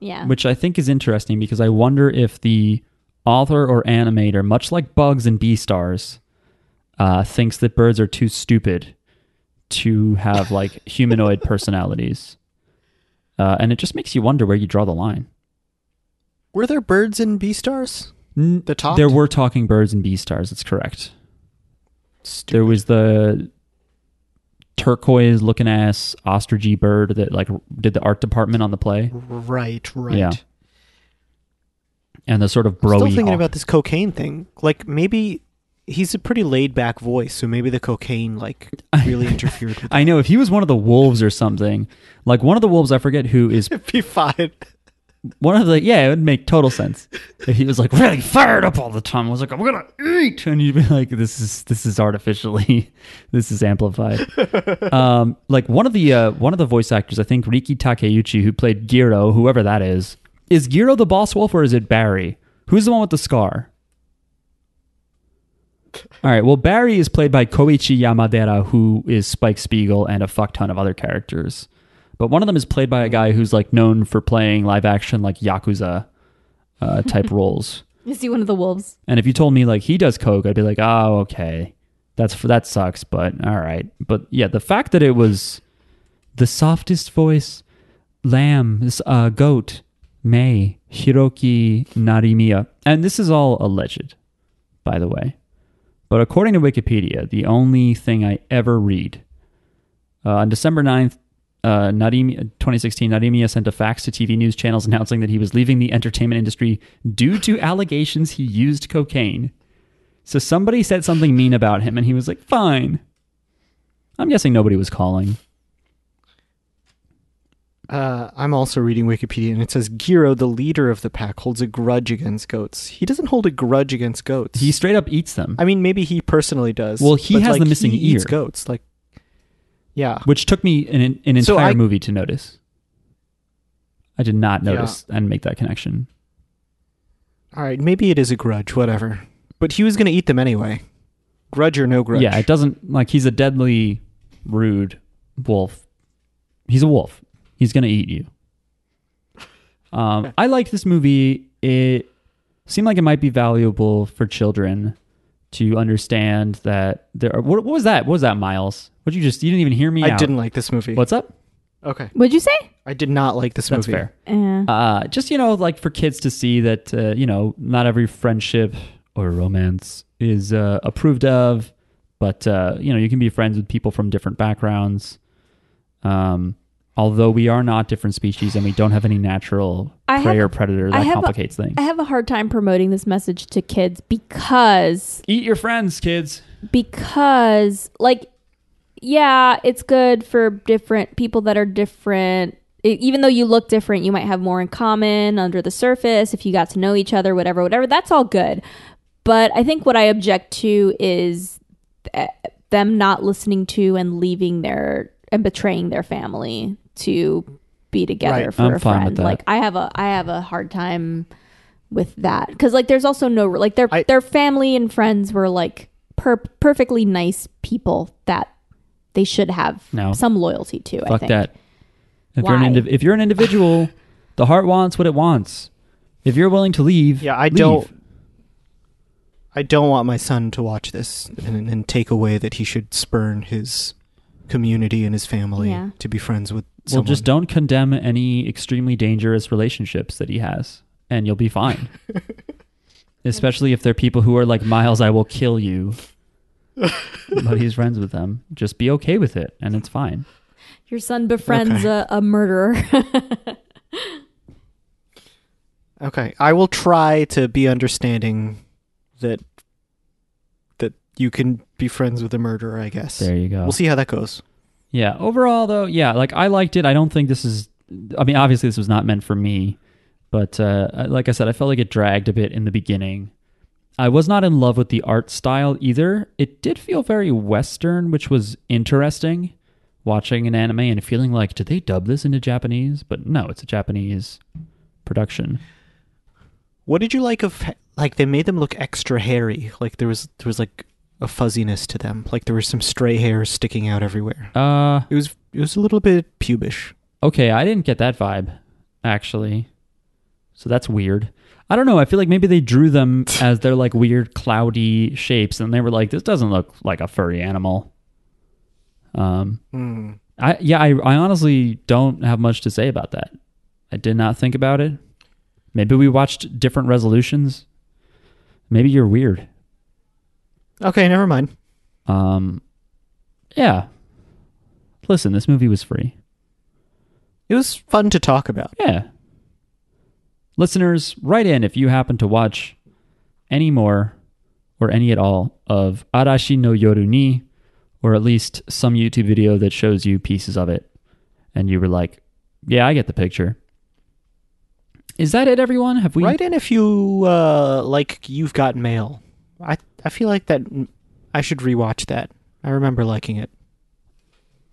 Speaker 2: Yeah,
Speaker 1: which I think is interesting because I wonder if the author or animator, much like bugs and bee stars, uh, thinks that birds are too stupid to have like humanoid personalities. Uh, and it just makes you wonder where you draw the line.
Speaker 3: Were there birds in B stars?
Speaker 1: N-
Speaker 3: The talked?
Speaker 1: There were talking birds and bee stars. That's correct.
Speaker 3: Stupid.
Speaker 1: There was the turquoise looking ass ostrichy bird that like did the art department on the play,
Speaker 3: Right, right.
Speaker 1: Yeah. and the sort of bro.
Speaker 3: Still thinking about this cocaine thing. Like maybe he's a pretty laid back voice, so maybe the cocaine like really interfered with
Speaker 1: I know if he was one of the wolves or something, like one of the wolves, I forget who is
Speaker 3: It'd be fine.
Speaker 1: one of the. Yeah, it would make total sense if he was like really fired up all the time. Was like, I'm gonna eat, and you'd be like, this is this is artificially, this is amplified. um, like one of the uh, one of the voice actors, I think Riki Takeuchi, who played Giro, whoever that is, is Giro the boss wolf or is it Barry? Who's the one with the scar? All right. Well, Barry is played by Koichi Yamadera, who is Spike Spiegel and a fuck ton of other characters. But one of them is played by a guy who's like known for playing live action like yakuza uh, type roles.
Speaker 2: you see one of the wolves.
Speaker 1: And if you told me like he does coke, I'd be like, oh, okay, that's that sucks, but all right. But yeah, the fact that it was the softest voice, lamb, this uh, goat, May Hiroki Narimiya, and this is all alleged, by the way. But according to Wikipedia, the only thing I ever read uh, on December 9th, uh, Narimi, 2016, Narimiya sent a fax to TV news channels announcing that he was leaving the entertainment industry due to allegations he used cocaine. So somebody said something mean about him, and he was like, fine. I'm guessing nobody was calling.
Speaker 3: Uh, I'm also reading Wikipedia, and it says Giro, the leader of the pack, holds a grudge against goats. He doesn't hold a grudge against goats.
Speaker 1: He straight up eats them,
Speaker 3: I mean, maybe he personally does.
Speaker 1: Well, he
Speaker 3: but,
Speaker 1: has the
Speaker 3: like,
Speaker 1: missing
Speaker 3: he Eats
Speaker 1: ear.
Speaker 3: goats, like, yeah.
Speaker 1: which took me an, an entire
Speaker 3: So I-
Speaker 1: movie to notice. I did not
Speaker 3: Yeah.
Speaker 1: notice and make that connection.
Speaker 3: All right, maybe it is a grudge, whatever. But he was going to eat them anyway, grudge or no grudge.
Speaker 1: Yeah, it doesn't like he's a deadly, rude wolf. He's a wolf. He's gonna eat you. Um, I liked this movie. It seemed like it might be valuable for children to understand that there. Are, what, what was that? What was that, Miles? What you just? You didn't even hear me.
Speaker 3: I
Speaker 1: out.
Speaker 3: didn't like this movie.
Speaker 1: What's up?
Speaker 3: Okay,
Speaker 2: What'd you say?
Speaker 3: I did not like this
Speaker 1: That's
Speaker 3: movie.
Speaker 1: fair.
Speaker 2: Eh.
Speaker 1: Uh, just you know, like for kids to see that uh, you know not every friendship or romance is uh, approved of, but uh, you know you can be friends with people from different backgrounds. Um, although we are not different species and we don't have any natural
Speaker 2: I
Speaker 1: prey
Speaker 2: have-
Speaker 1: or predator
Speaker 2: I
Speaker 1: that
Speaker 2: have a-
Speaker 1: complicates things.
Speaker 2: I have a hard time promoting this message to kids because
Speaker 1: Eat your friends, kids.
Speaker 2: because like yeah it's good for different people that are different E- even though you look different you might have more in common under the surface if you got to know each other whatever whatever that's all good but i think what i object to is th- them not listening to and leaving their and betraying their family to be together
Speaker 3: Right.
Speaker 2: for
Speaker 1: I'm
Speaker 2: a
Speaker 1: fine
Speaker 2: friend
Speaker 1: with that.
Speaker 2: like i have a i have a hard time with that because like there's also no like their
Speaker 3: I-
Speaker 2: their family and friends were like per- perfectly nice people that they should have
Speaker 1: No.
Speaker 2: some loyalty to. I
Speaker 1: Fuck
Speaker 2: think
Speaker 1: that. If you're, an
Speaker 2: Why?
Speaker 1: indiv- if you're an individual, the heart wants what it wants. If you're willing to leave,
Speaker 3: Yeah, I
Speaker 1: leave.
Speaker 3: don't. I don't want my son to watch this and, and take away that he should spurn his community and his family
Speaker 2: Yeah.
Speaker 3: to be friends with.
Speaker 1: Well,
Speaker 3: Someone.
Speaker 1: just don't condemn any extremely dangerous relationships that he has, and you'll be fine. Especially if they're people who are like Miles, I will kill you. but he's friends with them. Just be okay with it, and it's fine.
Speaker 2: your son befriends
Speaker 3: Okay.
Speaker 2: a, a murderer.
Speaker 3: Okay, I will try to be understanding that that you can be friends with a murderer. I guess
Speaker 1: There you go.
Speaker 3: we'll see how that goes.
Speaker 1: Yeah. Overall, though, yeah, like I liked it. I don't think this is I mean, obviously this was not meant for me, but uh, I- like I said, I felt like it dragged a bit in the beginning. I was not in love with the art style either. It did feel very Western, which was interesting. Watching an anime and feeling like, did they dub this into Japanese? But no, it's a Japanese production.
Speaker 3: What did you like of like they made them look extra hairy? Like there was there was like a fuzziness to them. Like there were some stray hairs sticking out everywhere.
Speaker 1: Uh,
Speaker 3: It was it was a little bit pubish.
Speaker 1: okay, I didn't get that vibe, actually. So that's weird. I don't know. I feel like maybe they drew them as they're like weird cloudy shapes, and they were like, "This doesn't look like a furry animal." Um, I yeah, I, I honestly don't have much to say about that. I did not think about it. Maybe we watched different resolutions. Maybe you're weird.
Speaker 3: Okay, never mind.
Speaker 1: Um, yeah. Listen, this movie was free.
Speaker 3: It was fun to talk about.
Speaker 1: Yeah. Listeners, write in if you happen to watch any more or any at all of Arashi no Yoru ni, or at least some YouTube video that shows you pieces of it, and you were like, yeah, I get the picture. Is that it, everyone? Have we?
Speaker 3: Write in if you uh, like you've got mail. I I feel like that I should rewatch that. I remember liking it.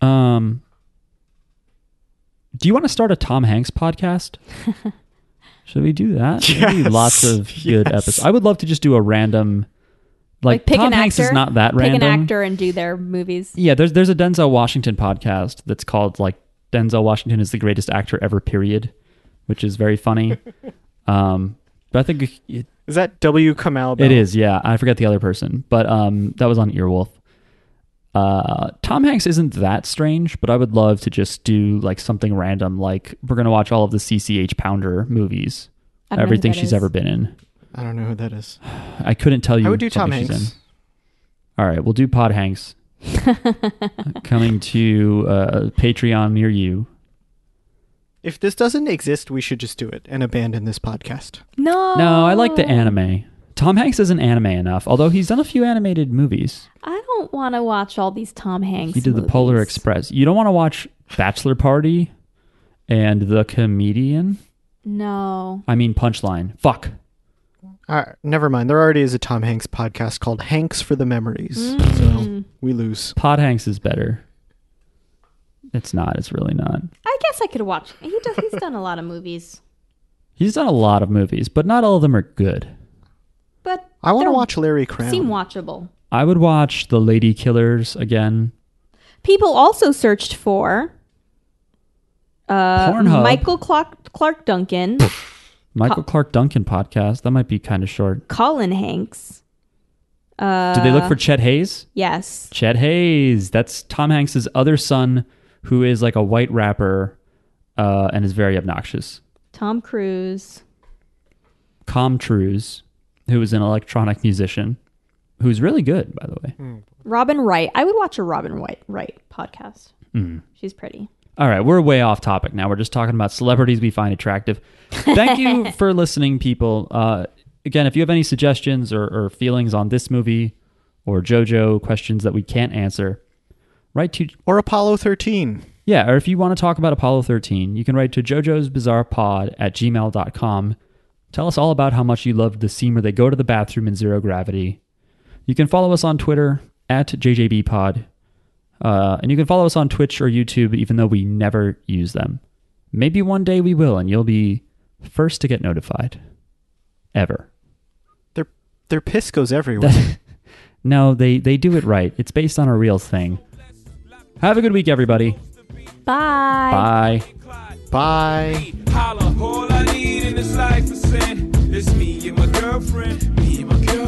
Speaker 1: Um, do you want to start a Tom Hanks podcast? Should we do that? That'd be
Speaker 3: Yes,
Speaker 1: Lots of good
Speaker 3: yes.
Speaker 1: episodes. I would love to just do a random, like,
Speaker 2: Like, pick
Speaker 1: Tom
Speaker 2: an
Speaker 1: Hanks is
Speaker 2: actor,
Speaker 1: not that
Speaker 2: Pick
Speaker 1: random.
Speaker 2: an actor and do their movies.
Speaker 1: Yeah, there's there's a Denzel Washington podcast that's called like Denzel Washington is the greatest actor ever. Period, which is very funny. um, but I think it,
Speaker 3: Is that W. Kamau? Bell?
Speaker 1: it is. Yeah, I forget the other person, but um, that was on Earwolf. Uh, Tom Hanks isn't that strange, but I would love to just do like something random, like we're gonna watch all of the CCH Pounder movies,
Speaker 2: I don't know who
Speaker 1: everything
Speaker 2: that
Speaker 1: she's
Speaker 2: is.
Speaker 1: ever been in.
Speaker 3: I don't know who that is.
Speaker 1: I couldn't tell you.
Speaker 3: I would do Tom
Speaker 1: something she's in.
Speaker 3: Hanks.
Speaker 1: All right, we'll do Pod Hanks coming to uh, Patreon near you.
Speaker 3: If this doesn't exist, we should just do it and abandon this podcast.
Speaker 2: No.
Speaker 1: No, I like the anime. Tom Hanks isn't anime enough, although he's done a few animated movies.
Speaker 2: I don't want to watch all these Tom Hanks.
Speaker 1: he did
Speaker 2: movies.
Speaker 1: the Polar Express. You don't want to watch Bachelor Party and The Comedian.
Speaker 2: No.
Speaker 1: I mean Punchline. Fuck.
Speaker 3: Uh, never mind. There already is a Tom Hanks podcast called Hanks for the Memories. So we lose.
Speaker 1: Pod Hanks is better. It's not. It's really not.
Speaker 2: I guess I could watch. He does. He's done a lot of movies,
Speaker 1: He's done a lot of movies, but not all of them are good.
Speaker 2: but
Speaker 3: I want to
Speaker 2: they're-
Speaker 3: watch Larry Crown.
Speaker 2: Seem watchable.
Speaker 1: I would watch The Lady Killers again.
Speaker 2: People also searched for uh,
Speaker 1: Pornhub.
Speaker 2: Michael Clark, Clark Duncan,
Speaker 1: Michael Clark Duncan podcast. That might be kind of short.
Speaker 2: Colin Hanks. Uh,
Speaker 1: Did they look for Chet Hayes?
Speaker 2: Yes.
Speaker 1: Chet Hayes. That's Tom Hanks's other son, who is like a white rapper uh, and is very obnoxious.
Speaker 2: Tom Cruise.
Speaker 1: Comtruz, who is an electronic musician, who's really good, by the way.
Speaker 2: Robin Wright. I would watch a Robin Wright, Wright podcast. She's pretty.
Speaker 1: All right, we're way off topic now. We're just talking about celebrities we find attractive. Thank you for listening, people. Uh, again, if you have any suggestions or, or feelings on this movie or JoJo questions that we can't answer, write to
Speaker 3: or Apollo 13.
Speaker 1: Yeah, or if you want to talk about Apollo 13, you can write to Jojo's Bizarre Pod at gmail.com. Tell us all about how much you loved the scene where they go to the bathroom in zero gravity. You can follow us on Twitter at JJBpod. Uh, and you can follow us on Twitch or YouTube, even though we never use them. Maybe one day we will, and you'll be first to get notified. Ever.
Speaker 3: Their their piss goes everywhere.
Speaker 1: No, they, they do it right. It's based on a real thing. Have a good week, everybody.
Speaker 2: Bye.
Speaker 1: Bye.
Speaker 3: Bye.
Speaker 4: Holla, all I need in this life is sin. It's me and my girlfriend, me and my girlfriend.